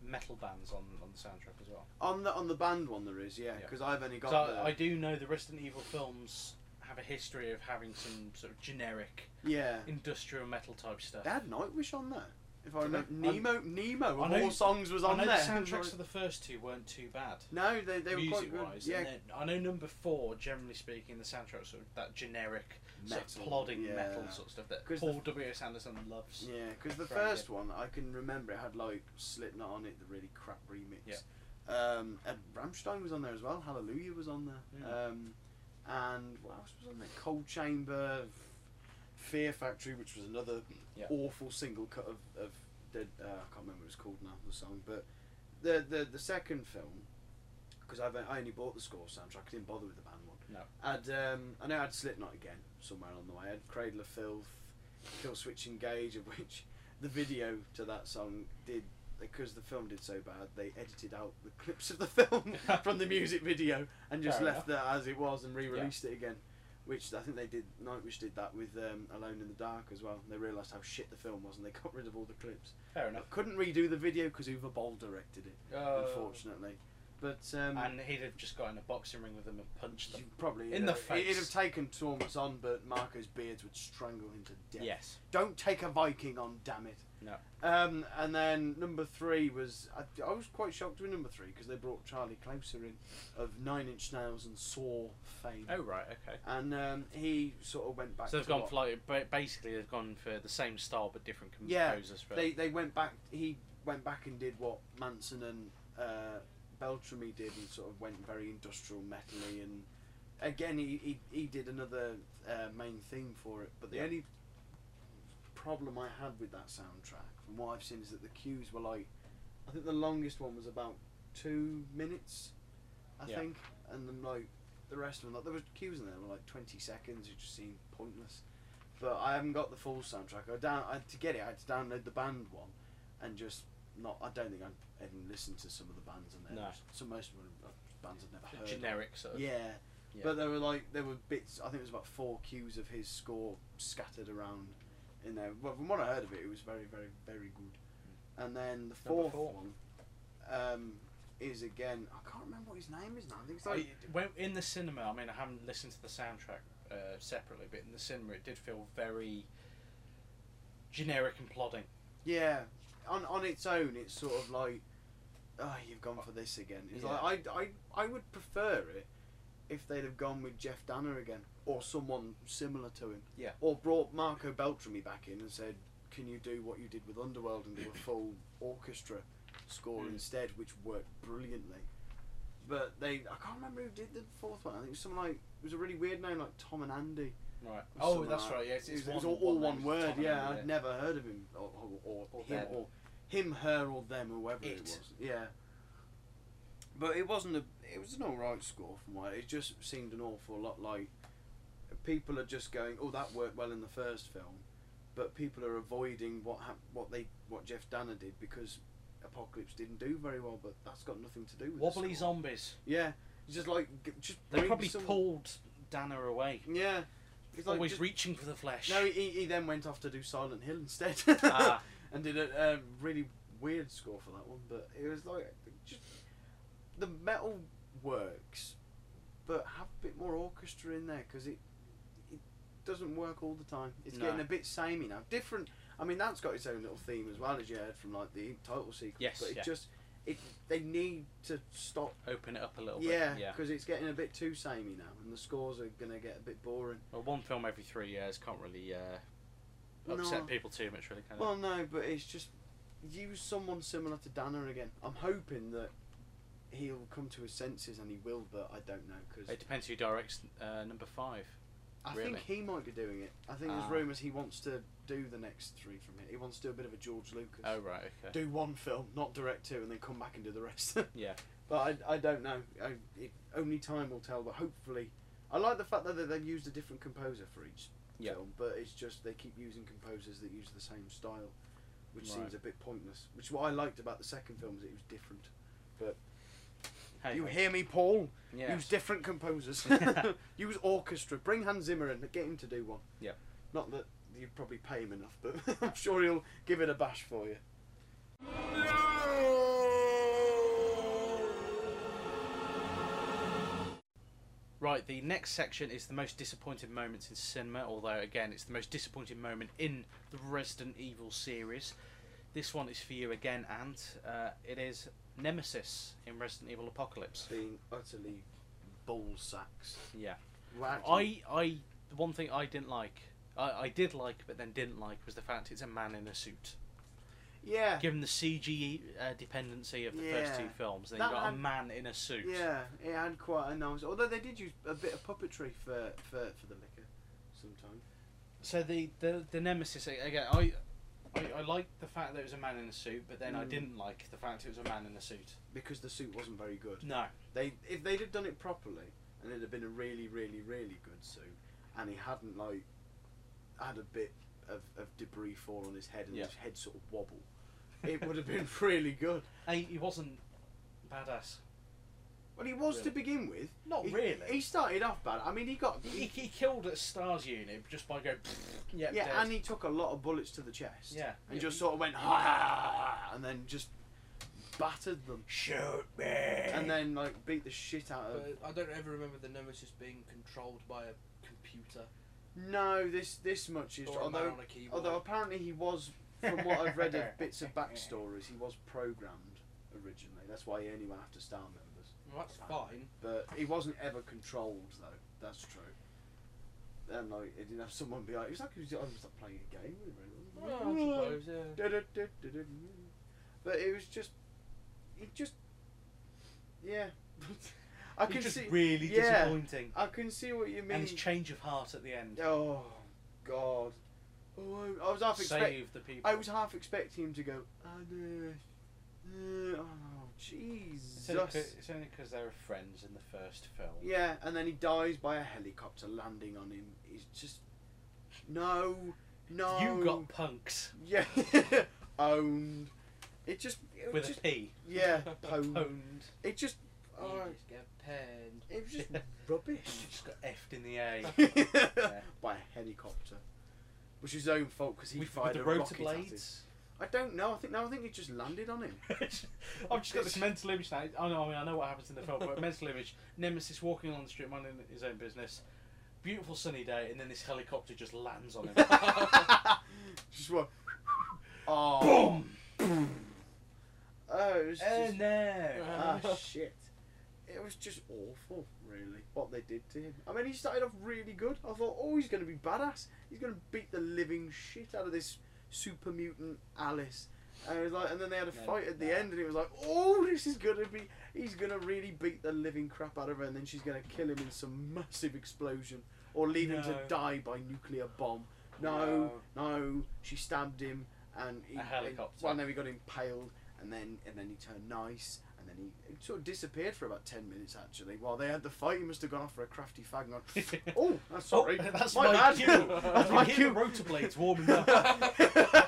A: metal bands on, on the soundtrack as well?
B: on the on the band one there is, yeah,
A: Yeah.
B: because I've only got.
A: Because
B: the,
A: I, I do know the Resident Evil films have a history of having some sort of generic
B: Yeah.
A: industrial metal type stuff.
B: They had Nightwish on there. If I
A: Did they?
B: remember, Nemo, Nemo,
A: I
B: of
A: know-
B: all songs was on
A: I know
B: there.
A: the soundtracks of the first two weren't too bad.
B: no, they, they were quite
A: music
B: good.
A: wise,
B: yeah,
A: and then I know number four. Generally speaking, the soundtrack sort of that generic, sort
B: Metal,
A: of plodding
B: yeah.
A: metal sort of stuff that
B: 'Cause the-
A: Paul W. S. Anderson loves.
B: Yeah, because the
A: Very
B: first
A: good.
B: one I can remember it had like Slipknot on it, the really crap remix.
A: Yeah.
B: Um, and Ramstein was on there as well. Hallelujah was on there.
A: Yeah.
B: Um, and what else was on there? Cold Chamber, Fear Factory, which was another
A: Yeah.
B: awful single cut of of Dead. Uh, I can't remember what it's called now the song, but the the the second film because I've I only bought the score soundtrack. I didn't bother with the band one.
A: No.
B: I'd um, I know I had Slipknot again somewhere along the way. I had Cradle of Filth, Kill Switch Engage, of which the video to that song did because the film did so bad. They edited out the clips of the film from the music video and just
A: Fair
B: left that as it was and re-released it again. Which I think they did. Nightwish did that with um, Alone in the Dark as well. They realised how shit the film was and they got rid of all the clips.
A: Fair enough.
B: Couldn't redo the video because Uwe Boll directed it
A: Uh,
B: unfortunately. But um,
A: And he'd have just got in a boxing ring with them and punched them.
B: you probably
A: in
B: it'd
A: the
B: have- it'd
A: face.
B: have taken Thomas on, but Marco's beards would strangle him to death.
A: Yes.
B: Don't take a Viking on, damn it.
A: No.
B: Um, and then number three was I, I was quite shocked with number three because they brought Charlie Closer in of Nine Inch Nails and Saw fame,
A: Oh right. Okay.
B: and um, he sort of went back.
A: So they've
B: to
A: gone
B: what-
A: for like ba- basically they've gone for the same style but different
B: Yeah,
A: composers. for
B: They they went back. He went back and did what Manson and uh, Beltrami did, and sort of went very industrial metally. And again, he he, he did another uh, main theme for it. But the
A: Yeah.
B: only problem I had with that soundtrack, from what I've seen, is that the cues were like, I think the longest one was about two minutes, I
A: Yeah.
B: think, and then like the rest of them, like there were cues in there that were like twenty seconds. It just seemed pointless. But I haven't got the full soundtrack. I down I, to get it. I had to download the band one, and just not. I don't think I even listened to some of the bands in there.
A: No.
B: So most of them are bands I've never
A: the
B: heard. of.
A: generic sort of.
B: Yeah.
A: Yeah.
B: But there were like there were bits. I think it was about four cues of his score scattered around in there. Well, from what I heard of it, it was very, very, very good. And then the
A: Hmm. Number
B: fourth
A: four.
B: one um, is again. I can't remember what his name is now. I think it's like
A: I- when- in the cinema, I mean, I haven't listened to the soundtrack uh, separately, but in the cinema, it did feel very generic and plodding.
B: yeah. On on its own, it's sort of like, oh, you've gone for this again. It's
A: Yeah.
B: like I, I I would prefer it if they'd have gone with Jeff Danner again or someone similar to him.
A: Yeah.
B: Or brought Marco Beltrami back in and said, "Can you do what you did with Underworld and do a full orchestra score
A: Mm.
B: instead?" Which worked brilliantly. But they, I can't remember who did the fourth one. I think it was someone like it was a really weird name like Tom and Andy.
A: Right.
B: or
A: Oh,
B: something
A: that's
B: like that.
A: right. Yes,
B: it was,
A: it's
B: it was
A: one-
B: all, all
A: one
B: one
A: name,
B: word.
A: Tom and
B: Yeah,
A: Andy,
B: I'd never heard of him or or, or,
A: Or
B: him
A: them.
B: or him, her, or them, or whoever it,
A: It.
B: was. Yeah. But it wasn't a. It was an all right score from what it just seemed an awful lot like. People are just going, oh, that worked well in the first film, but people are avoiding what hap- what they what Jeff Danner did because Apocalypse didn't do very well. But that's got nothing to do with the
A: Wobbly
B: score.
A: zombies.
B: Yeah, just like g- just
A: They
B: bring
A: probably
B: some-
A: pulled Danner away.
B: Yeah, it's like
A: Always
B: just-
A: reaching for the flesh.
B: no, he, he he then went off to do Silent Hill instead,
A: Ah.
B: and did a um, really weird score for that one. But it was like just the metal works, but have a bit more orchestra in there because it it doesn't work all the time. It's
A: No.
B: getting a bit samey now. Different. I mean, that's got its own little theme as well as you heard from like the title sequence.
A: Yes,
B: but it
A: yeah.
B: just it they need to stop.
A: Open it up a little
B: Yeah,
A: bit. Yeah.
B: because it's getting a bit too samey now, and the scores are gonna get a bit boring.
A: Well, one film every three years can't really uh, upset
B: No.
A: people too much, really. Can it?
B: Well, no, but it's just use someone similar to Danner again. I'm hoping that he'll come to his senses, and he will, but I don't know because
A: it depends who directs uh, number five.
B: I
A: really.
B: think he might be doing it. I think
A: Ah.
B: there's rumours he wants to do the next three from it. He wants to do a bit of a George Lucas.
A: Oh right. Okay.
B: Do one film, not direct two, and then come back and do the rest.
A: Yeah.
B: but I, I don't know. I, it, only time will tell. But hopefully, I like the fact that they- they've used a different composer for each
A: Yeah.
B: film, but it's just they keep using composers that use the same style, which
A: Right.
B: seems a bit pointless. Which is what I liked about the second film is it was different.
A: Hey,
B: you hear me, Paul?
A: yeah.
B: Use different composers. use orchestra. Bring Hans Zimmer in. Get him to do one.
A: Yeah.
B: Not that you'd probably pay him enough, but I'm sure he'll give it a bash for you.
A: Right, the next section is the most disappointed moments in cinema, although, again, it's the most disappointing moment in the Resident Evil series. This one is for you again, Ant. Uh, it is Nemesis in Resident Evil Apocalypse.
B: Being utterly ball sacks.
A: Yeah.
B: Right.
A: I, I, the one thing I didn't like, I, I did like, but then didn't like, was the fact it's a man in a suit.
B: yeah.
A: Given the CG uh, dependency of the first
B: Yeah.
A: two films, then
B: That
A: you got a
B: had-
A: man in a suit.
B: Yeah, it had quite a nice. Although they did use a bit of puppetry for for, for the liquor, sometime.
A: So the, the the nemesis a- again. I, I I liked the fact that it was a man in a suit, but then I
B: Mm.
A: didn't like the fact it was a man in a suit.
B: Because the suit wasn't very good.
A: No.
B: They if they'd have done it properly, and it'd have been a really, really, really good suit, and he hadn't like had a bit of, of debris fall on his head and
A: Yeah.
B: his head sort of wobble, it would have been really good.
A: Hey, he wasn't badass.
B: Well, he was
A: Really?
B: to begin with.
A: Not
B: He-
A: really.
B: He started off bad. I mean, he got
A: He, he killed a stars unit just by going. Yeah.
B: yeah,
A: dead.
B: and he took a lot of bullets to the chest.
A: Yeah.
B: and just sort of went ha, and then just battered them,
A: shoot me.
B: and then like beat the shit out of.
C: But I don't ever remember the Nemesis being controlled by a computer
B: No, this this much is
C: or a man
B: although
C: on a keyboard.
B: although apparently he was from what I've read of bits of backstories he was programmed originally. That's why he only went after star members,
C: well, that's fine.
B: but he wasn't ever controlled though. That's true. And like, he didn't have someone be like, it was like he was, I was like playing a game.
C: Well, I suppose, yeah.
B: But it was just, it just, yeah. I
A: It's
B: can
A: just
B: see,
A: really
B: yeah.
A: disappointing.
B: I can see what you mean.
A: And his change of heart at the end.
B: oh God! Oh, I, I was half expecting.
A: Save the people.
B: I was half expecting him to go. Oh, no. Uh, oh
A: It's only 'cause-
B: Jesus!
A: it's only because they were friends in the first film.
B: Yeah, and then he dies by a helicopter landing on him. He's just no, no.
A: You got punks
B: yeah owned. It just it
A: with
B: was just Mm.
A: a P.
B: yeah pwned.
A: Pwned.
B: It just
C: You
B: oh,
C: just get penned.
B: it was just rubbish.
A: Just got effed in the A.
B: By a helicopter, which is his own fault because he
A: with, with
B: fired
A: the
B: a
A: rotor
B: rocket
A: blades.
B: at it. I don't know. I think no. I think it just landed on him.
A: I've just got this mental image now. I know, I mean, I know what happens in the film, but mental image: Nemesis walking along the street, minding his own business. Beautiful sunny day, and then this helicopter just lands on him.
B: just what? Oh,
A: Boom!
B: oh, it was
A: Oh
B: just,
A: no!
B: ah, shit. It was just awful, really, what they did to him. I mean, he started off really good. I thought, oh, he's going to be badass. He's going to beat the living shit out of this super mutant Alice. And, it was like, and then they had a
A: No,
B: fight at the
A: no.
B: end, and it was like, oh, this is going to be. He's going to really beat the living crap out of her, and then she's going to kill him in some massive explosion or leave him to
A: No.
B: die by nuclear bomb. No, no, she stabbed him, and he,
A: A helicopter.
B: well, no, he got impaled, and then and then he turned nice, and then he, he sort of disappeared for about ten minutes actually. While they had the fight, he must have gone off for a crafty fag and gone, oh, that's sorry,
A: Oh, that's
B: my, bad.
A: cue. I
B: that's
A: can
B: my
A: hear
B: cue.
A: the rotor blades warming up.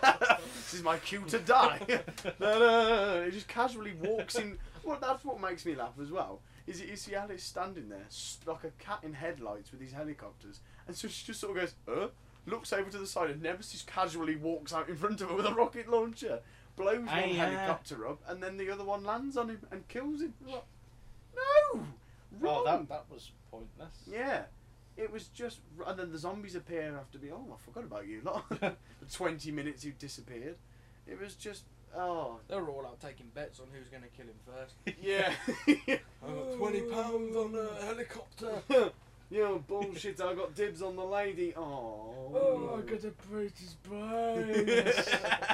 B: this is my cue to die. no, no, no, no, He just casually walks in. Well, that's what makes me laugh as well. Is you see Alice standing there s- like a cat in headlights with these helicopters, and so she just sort of goes, "Uh," looks over to the side, and Nemesis casually walks out in front of her with a rocket launcher, blows one
A: Aye, yeah.
B: helicopter up, and then the other one lands on him and kills him. I'm like, no, wrong.
A: oh, that, that was pointless.
B: Yeah. It was just, and then the zombies appear after me. Oh, I forgot about you lot. For Twenty minutes you disappeared. It was just, oh
C: They were all out taking bets on who's going to kill him first.
B: yeah,
C: I got twenty pounds on a helicopter.
B: you know bullshit. I got dibs on the lady. Oh,
C: a British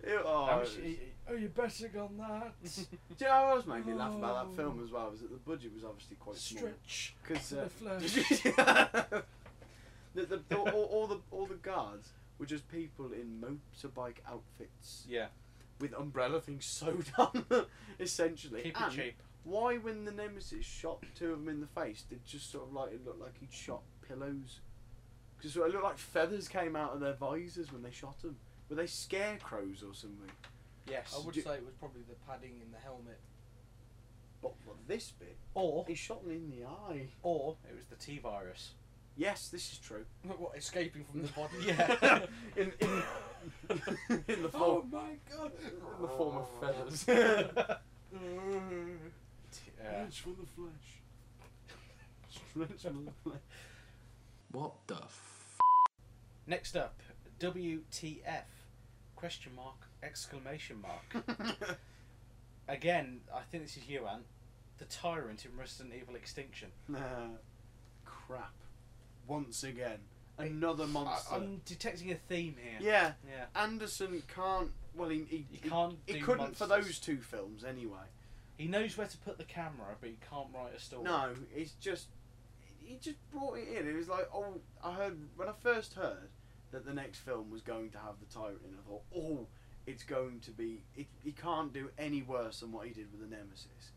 B: It- oh,
A: That
B: it
A: was-
B: was-
A: he- he-
C: Are you betting on that?
B: Do you know what else made me laugh
C: Oh.
B: about that film as well? Was that the budget was obviously quite small.
C: Stretch.
B: Because uh,
C: The flesh.
B: the, the, the, all, all the all the guards were just people in motorbike outfits
A: yeah,
B: with umbrella things sewed on, them, essentially.
A: keep it
B: and
A: cheap.
B: Why, when the Nemesis shot two of them in the face, did just sort of like it looked like he'd shot pillows? Because it looked like feathers came out of their visors when they shot them. Were they scarecrows or something?
A: Yes.
C: I would
B: Do-
C: say it was probably the padding in the helmet.
B: But for this bit,
A: Or
B: he shot them in the eye.
A: or it was the T virus.
B: Yes, this is true.
C: What escaping from the body?
A: Yeah.
B: in in in the
C: oh
B: form
C: my god.
B: in the form of feathers.
A: Yeah.
B: Mm.
A: uh,
B: It's from the flesh.
G: What the f?
A: Next up, WTF? Question mark? Exclamation mark? Again, I think this is you, Ant. The tyrant in Resident Evil Extinction.
B: Nah. crap. Once again, another monster.
A: I, am detecting a theme here.
B: yeah,
A: Yeah.
B: Anderson can't. Well, he he,
A: He can't
B: He,
A: do
B: couldn't for
A: monsters.
B: those two films anyway.
A: He knows where to put the camera, but he can't write a story.
B: No, it's just he just brought it in. It was like, oh, I heard when I first heard that the next film was going to have the tyrant in. I thought, oh, it's going to be. It, he can't do any worse than what he did with the Nemesis.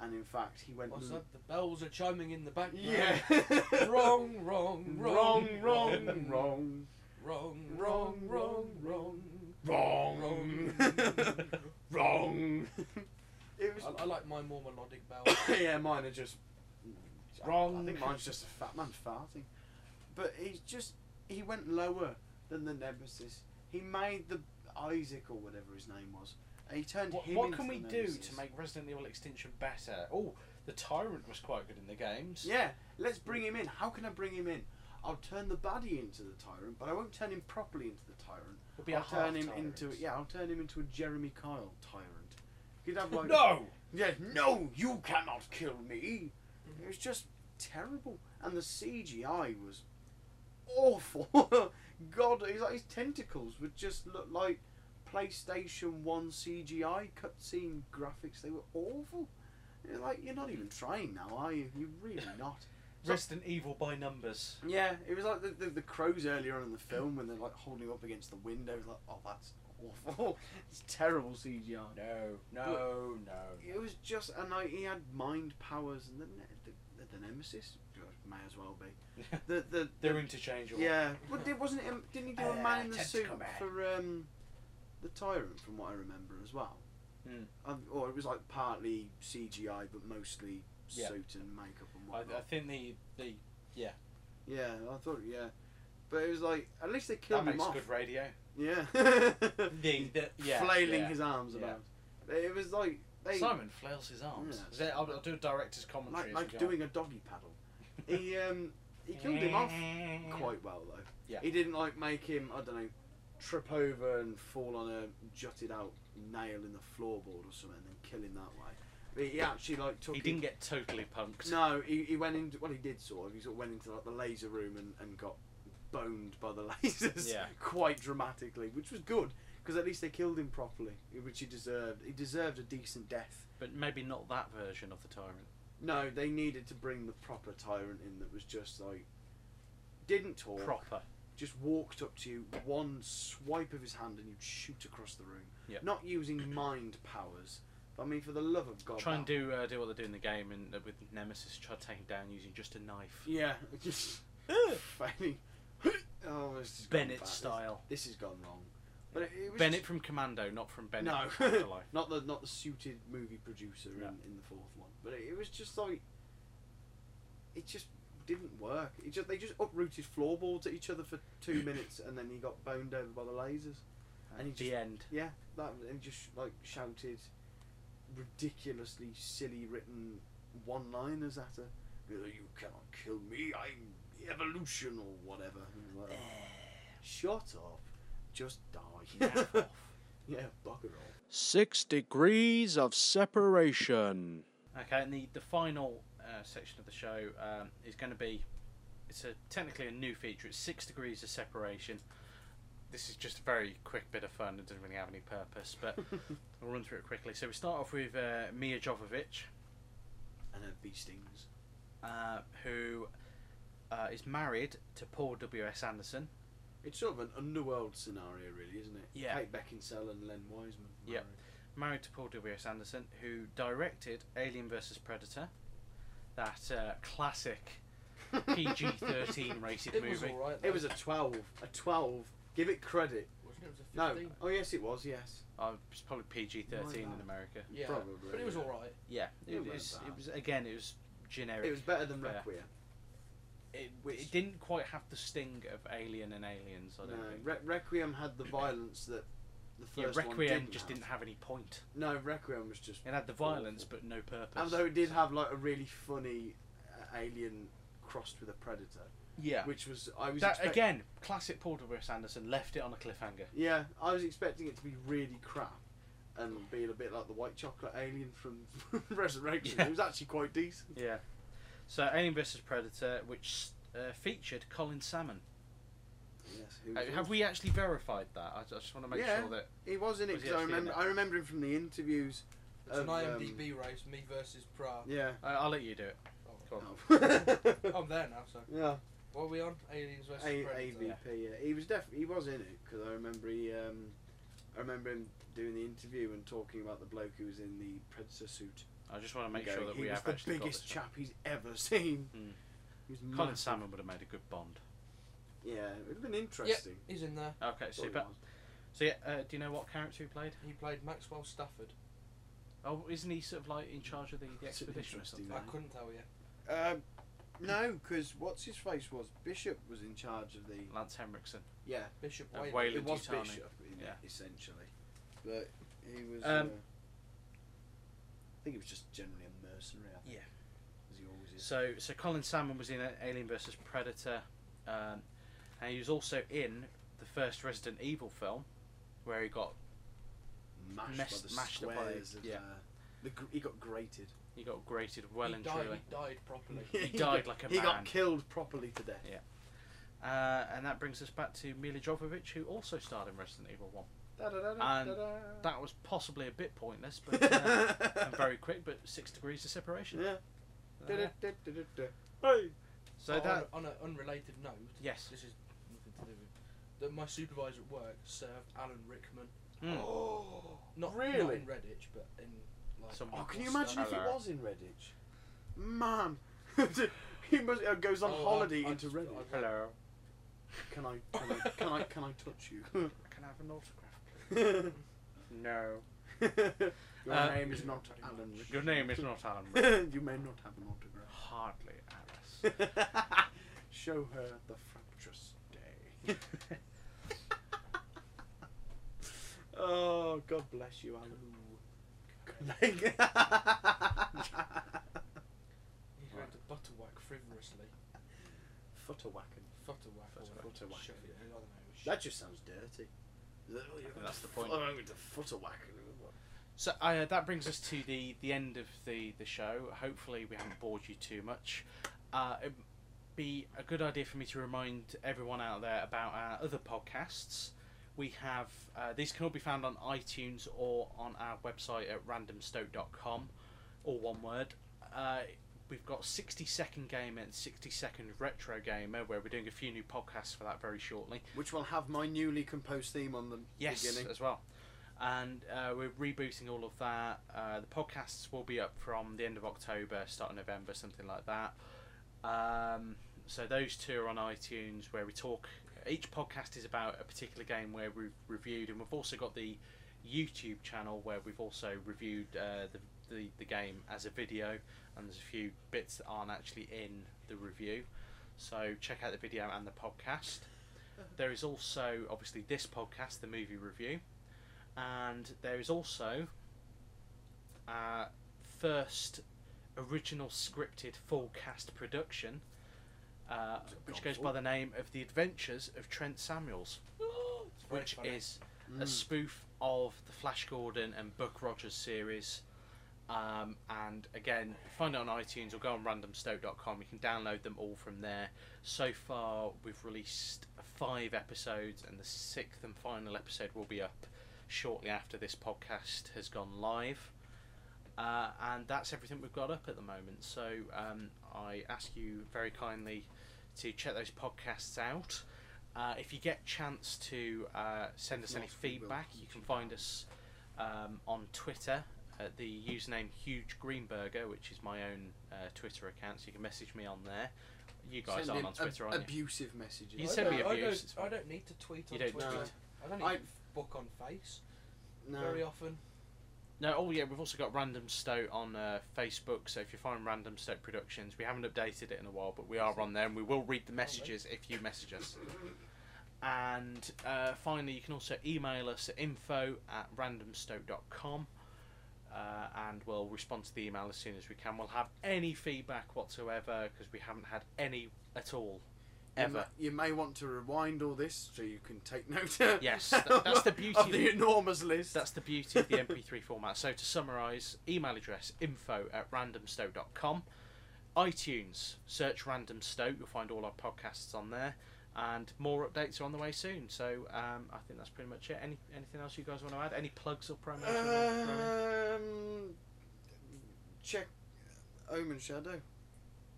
B: And in fact, he went.
C: What's that? The bells are chiming in the background.
B: Yeah.
C: wrong, wrong, wrong,
B: wrong, wrong,
C: wrong, wrong, wrong, wrong.
B: wrong, wrong. It was.
C: I, I like my more melodic bells.
B: yeah, mine are just
A: Wrong.
B: I, think mine's just a fat man farting. But he's just he went lower than the Nemesis. He made the Isaac or whatever his name was. He turned
A: What,
B: him.
A: what
B: into
A: can
B: the
A: we do
B: Nemesis.
A: to make Resident Evil Extinction better? Oh, the tyrant was quite good in the games.
B: Yeah, let's bring him in. How can I bring him in? I'll turn the baddie into the tyrant, but I won't turn him properly into the tyrant.
A: It'll be a
B: I'll turn
A: half
B: him
A: tyrant.
B: into yeah. I'll turn him into a Jeremy Kyle tyrant. You'd have like
A: No.
B: Yeah, no, you cannot kill me. It was just terrible, and the CGI was awful. God, it's like his tentacles would just look like PlayStation One CGI cutscene graphics. They were awful. You're like you're not even trying now, are you? You're really not.
A: Resident Evil by numbers.
B: Yeah, it was like the, the, the crows earlier on in the film when they're like holding up against the window. It's like, oh, that's awful. it's terrible CGI.
A: No,
B: no,
A: no.
B: It was just, and like, he had mind powers, and the ne- the, the nemesis may as well be the the.
A: They're interchangeable.
B: yeah, well, did, wasn't it? him- Didn't he do a
A: Uh,
B: man in the suit
A: tentacle man.
B: for um, the tyrant? From what I remember as well,
A: Hmm.
B: Um, or it was like partly CGI, but mostly
A: Yeah.
B: suit and makeup and
A: I,
B: whatnot.
A: I think the the
B: yeah, I thought yeah, but it was like at least they
A: that
B: killed him
A: makes
B: off.
A: good radio.
B: Yeah,
A: The, the yeah,
B: flailing
A: yeah.
B: his arms
A: yeah.
B: about. It was like they
A: Simon flails his arms.
B: Yeah.
A: Is that- I'll, I'll do a director's commentary. as
B: like,
A: we
B: like
A: go on.
B: doing a doggy paddle. He um he killed him off quite well though.
A: Yeah.
B: He didn't like make him I don't know trip over and fall on a jutted out nail in the floorboard or something and then kill him that way. But he actually like took.
A: He didn't get totally punked.
B: No, he, he went into well he did sort of. He sort of went into like the laser room and, and got boned by the lasers
A: Yeah.
B: quite dramatically, which was good because at least they killed him properly, which he deserved. He deserved a decent death.
A: But maybe not that version of the tyrant.
B: No, they needed to bring the proper tyrant in that was just like didn't talk,
A: Proper.
B: just walked up to you, one swipe of his hand, and you'd shoot across the room.
A: Yeah.
B: Not using mind powers. But, I mean, for the love of God.
A: Try and
B: that-
A: do uh, do what they do in the game and uh, with Nemesis. Try to take him down using just a knife,
B: Yeah, just failing. oh, this has gone
A: Bennett
B: bad.
A: style.
B: This, this has gone wrong. But it, it was
A: Bennett from Commando, not from Bennett
B: No,
A: from Afterlife.
B: not the not the suited movie producer
A: No.
B: in, in the fourth one. But it, it was just like it just didn't work. It just they just uprooted floorboards at each other for two minutes, and then he got boned over by the lasers. And he
A: the
B: just
A: end.
B: yeah, that and he just like shouted ridiculously silly written one liners at her. You know, "You cannot kill me. I'm evolution or whatever. And he was like,
A: Eh.
B: Shut up. Just die. yeah, bugger off.
G: Six degrees of separation.
A: Okay, and the the final uh, section of the show um, is going to be. It's a technically a new feature. It's six degrees of separation. This is just a very quick bit of fun. It doesn't really have any purpose, but we'll run through it quickly. So we start off with uh, Mia Jovovich,
B: and her bee stings.
A: uh, who uh, is married to Paul W S Anderson.
B: It's sort of an underworld scenario, really, isn't it?
A: Yeah.
B: Kate Beckinsale and Len Wiseman.
A: Yep. married to Paul W.S. Anderson, who directed Alien vs. Predator, that uh, classic PG 13 rated
C: It was
A: movie.
C: alright.
B: It was a 12. A 12. Give it credit.
C: Wasn't it? It was a
B: No.
C: 15.
B: Oh, yes, it was, yes.
A: Uh, it's probably PG 13 in
B: Why not?
A: America.
C: Yeah,
B: Probably.
C: but it was
B: yeah.
C: alright.
A: Yeah, it,
B: It weren't
A: was,
B: bad.
A: it was, again, it was generic.
B: It was better than
A: Fair.
B: Requiem.
A: It, it didn't quite have the sting of Alien and Aliens, I
B: No,
A: don't think.
B: Re- Requiem had the violence that the
A: yeah,
B: first
A: Requiem
B: one didn't
A: just
B: have.
A: didn't have any point.
B: No, Requiem was just.
A: It had the violence, but no purpose.
B: Although it did have like a really funny uh, alien crossed with a predator,
A: Yeah.
B: which was I was
A: that
B: expect-
A: again, classic Paul W. S. Anderson left it on a cliffhanger.
B: Yeah, I was expecting it to be really crap and being a bit like the white chocolate alien from Resurrection.
A: Yeah.
B: It was actually quite decent.
A: Yeah. So Alien vs Predator, which uh, featured Colin Salmon.
B: Yes, he
A: Uh,
B: was,
A: have we actually verified that? I, I just want to make
B: Yeah.
A: sure that.
B: He was in it
A: Was he
B: because
A: actually
B: I
A: in
B: remember.
A: it?
B: I remember him from the interviews.
C: It's an
B: of, um,
C: IMDb race, me versus Pra.
B: Yeah.
A: Uh, I'll let you do it.
C: Oh.
A: Go on. Oh.
B: yeah.
C: I'm there now, so. What are we on? Aliens versus
B: A-
C: Predator.
B: AVP. Yeah, he was definitely he was in it because I remember he. Um, I remember him doing the interview and talking about the bloke who was in the Predator suit.
A: I just want to make
B: and
A: sure
B: going,
A: that
B: he
A: we
B: was
A: have
B: the
A: actually got
B: biggest
A: this.
B: chap he's ever seen.
A: Mm.
B: He was
A: Colin
B: massive.
A: Salmon would have made a good Bond.
B: Yeah, it would have been interesting.
C: He's in there.
A: Okay,
B: Thought he
A: super.
B: was.
A: So yeah, uh, do you know what character he played?
C: He played Maxwell Stafford.
A: Oh, isn't he sort of like in charge of the, the
B: That's an
A: expedition or
B: interesting
A: something?
C: I
B: Yeah.
C: couldn't tell you.
B: Um, no, because what's his face was Bishop was in charge of the
A: Lance Henriksen.
B: yeah.
C: Bishop
A: Uh,
C: Whaley.
A: Whaley.
B: It was
A: Dutani.
B: Bishop, in it,
A: Yeah.
B: essentially, but he was.
A: Um,
B: uh, I think he was just generally a mercenary. I think,
A: Yeah.
B: As he always is.
A: So, so Colin Salmon was in A- Alien vs Predator, um, and he was also in the first Resident Evil film, where he got
B: mashed,
A: messed-
B: by the
A: mashed up by the-
B: squares. of,
A: yeah.
B: uh, the gr- he got grated.
A: he got grated well
C: he
A: and
C: died,
A: truly,
C: He died properly.
A: He died
B: got-
A: like a
B: He
A: man.
B: got killed properly to death.
A: Yeah. uh, and that brings us back to Mila Jovovich, who also starred in Resident Evil One.
B: Da-da-da-da,
A: And
B: da-da.
A: That was possibly a bit pointless, but uh, and very quick, but six degrees of separation.
B: yeah.
A: There we are.
B: Da-da-da-da-da. Hey.
A: So
C: Oh,
A: that
C: on, on an unrelated note,
A: yes,
C: this is nothing to do with. That my supervisor at work served Alan Rickman.
A: Mm.
B: Oh,
C: Not
B: really?
C: not in Redditch, but in like.
A: Some-
B: Oh, can you
C: Augusta.
B: imagine if it
A: Hello.
B: was in Redditch? Man, he must, uh, goes on
C: Oh,
B: holiday
C: I- I-
B: into Redditch.
C: I-
A: hello.
B: Can I, can I, can I, can I touch you?
A: Can I have an autograph?
B: Your
A: No. Uh,
B: name is not Alan. Rickman.
A: Your name is not Alan. Rickman.
B: you may not have an
A: Hardly, Alice.
B: autograph. Show her the fractious day. oh, God bless you, Alan.
C: He's going to butterwhack frivolously.
B: Futterwacken.
A: Futterwhack.
C: Futterwhack. or Futterwhack.
B: Futterwhack.
C: I don't know.
B: That just sounds dirty.
A: that's the point.
B: I'm going to foot a whack.
A: So uh, that brings us to the, the end of the, the show. Hopefully, we haven't bored you too much. Uh, it'd be a good idea for me to remind everyone out there about our other podcasts. We have uh, these can all be found on iTunes or on our website at randomstoke.com, all one word. Uh, we've got 60 Second Gamer and 60 Second Retro Gamer, where we're doing a few new podcasts for that very shortly.
B: Which will have my newly composed theme on the
A: Yes,
B: beginning.
A: as well. And uh, we're rebooting all of that. Uh, the podcasts will be up from the end of October, start of November, something like that. Um, so those two are on iTunes, where we talk. Each podcast is about a particular game where we've reviewed, and we've also got the YouTube channel where we've also reviewed uh, the, the the game as a video, and there's a few bits that aren't actually in the review. So check out the video and the podcast. There is also obviously this podcast, the movie review, and there is also our first original scripted full cast production, uh, which goes by the name of The Adventures of Trent Samuels,
C: very
A: which
C: funny.
A: is a spoof of the Flash Gordon and Buck Rogers series. Um, and again, find it on iTunes or go on randomstoke.com. You can download them all from there. So far, we've released five episodes, and the sixth and final episode will be up shortly after this podcast has gone live. Uh, and that's everything we've got up at the moment. So um, I ask you very kindly to check those podcasts out. Uh, if you get chance to uh, send us any
B: Yes, we will.
A: feedback, you can find us um, on Twitter at the username Huge Greenberger, which is my own uh, Twitter account. So you can message me on there. You guys
B: Send
A: aren't
B: him
A: on Twitter,
B: ab-
A: aren't you?
B: abusive messages.
A: You
C: I
A: send me
C: don't- I
A: abuse,
C: don't-
A: it's
C: I
A: fine.
C: don't need to tweet
A: You
C: on
A: don't
C: Twitter.
B: need
C: I don't
B: I-
C: even book on Face
B: no.
C: very often.
A: No, oh yeah, we've also got Random Stoke on uh, Facebook. So if you find Random Stoke Productions, we haven't updated it in a while, but we are on there, and we will read the messages if you message us. And uh, finally, you can also email us at info at randomstoke.com. Uh, uh, and we'll respond to the email as soon as we can. We'll have any feedback whatsoever because we haven't had any at all,
B: You,
A: ever.
B: ma- you may want to rewind all this so you can take note.
A: Yes, that- that's the beauty
B: of
A: of-
B: the enormous list.
A: That's the beauty of the MP3 format. So to summarise, email address info at randomstow.com. iTunes, search Random Stow. You'll find all our podcasts on there. And more updates are on the way soon. So um, I think that's pretty much it. Any, anything else you guys want to add? Any plugs or promos? you wanna
B: Uh,
A: throw in?
B: um, check Omen Shadow.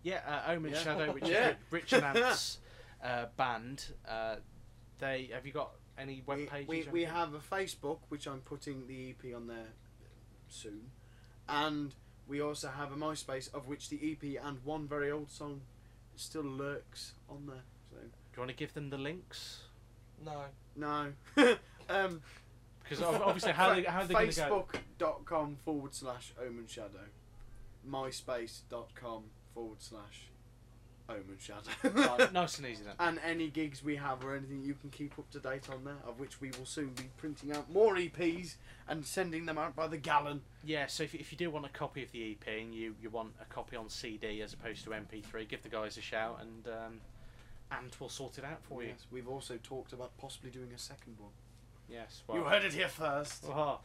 A: Yeah, uh, Omen
B: Yeah.
A: Shadow, which
B: Yeah.
A: is Rich and Ant's uh, band. Uh, they have you got any web
B: We,
A: pages?
B: we,
A: or
B: we
A: anything?
B: have a Facebook which I'm putting the EP on there soon, and we also have a MySpace of which the EP and one very old song still lurks on there. So
A: Do you want to give them the links?
C: No.
B: no. um,
A: Because ob- obviously, how they, how are they going to go?
B: Facebook.com forward slash Omen Shadow. MySpace.com forward slash Omen Shadow.
A: Right, nice and easy then.
B: And any gigs we have or anything you can keep up to date on there, of which we will soon be printing out more EPs and sending them out by the gallon.
A: Yeah, so if, if you do want a copy of the EP and you, you want a copy on CD as opposed to MP3, give the guys a shout and um, and we'll sort it out for you.
B: Yes, we've also talked about possibly doing a second one.
A: Yes.
B: You
A: Well.
B: heard it here first.
A: Aha.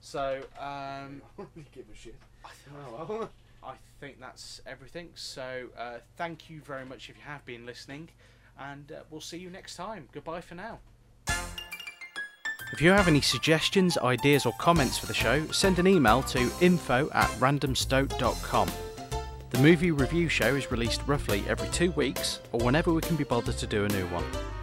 A: So um,
B: I don't really give a shit.
A: I think
B: Oh, well.
A: I think that's everything. So uh, thank you very much if you have been listening, and uh, we'll see you next time. Goodbye for now. If you have any suggestions, ideas, or comments for the show, send an email to info at randomstoke.com. The movie review show is released roughly every two weeks or whenever we can be bothered to do a new one.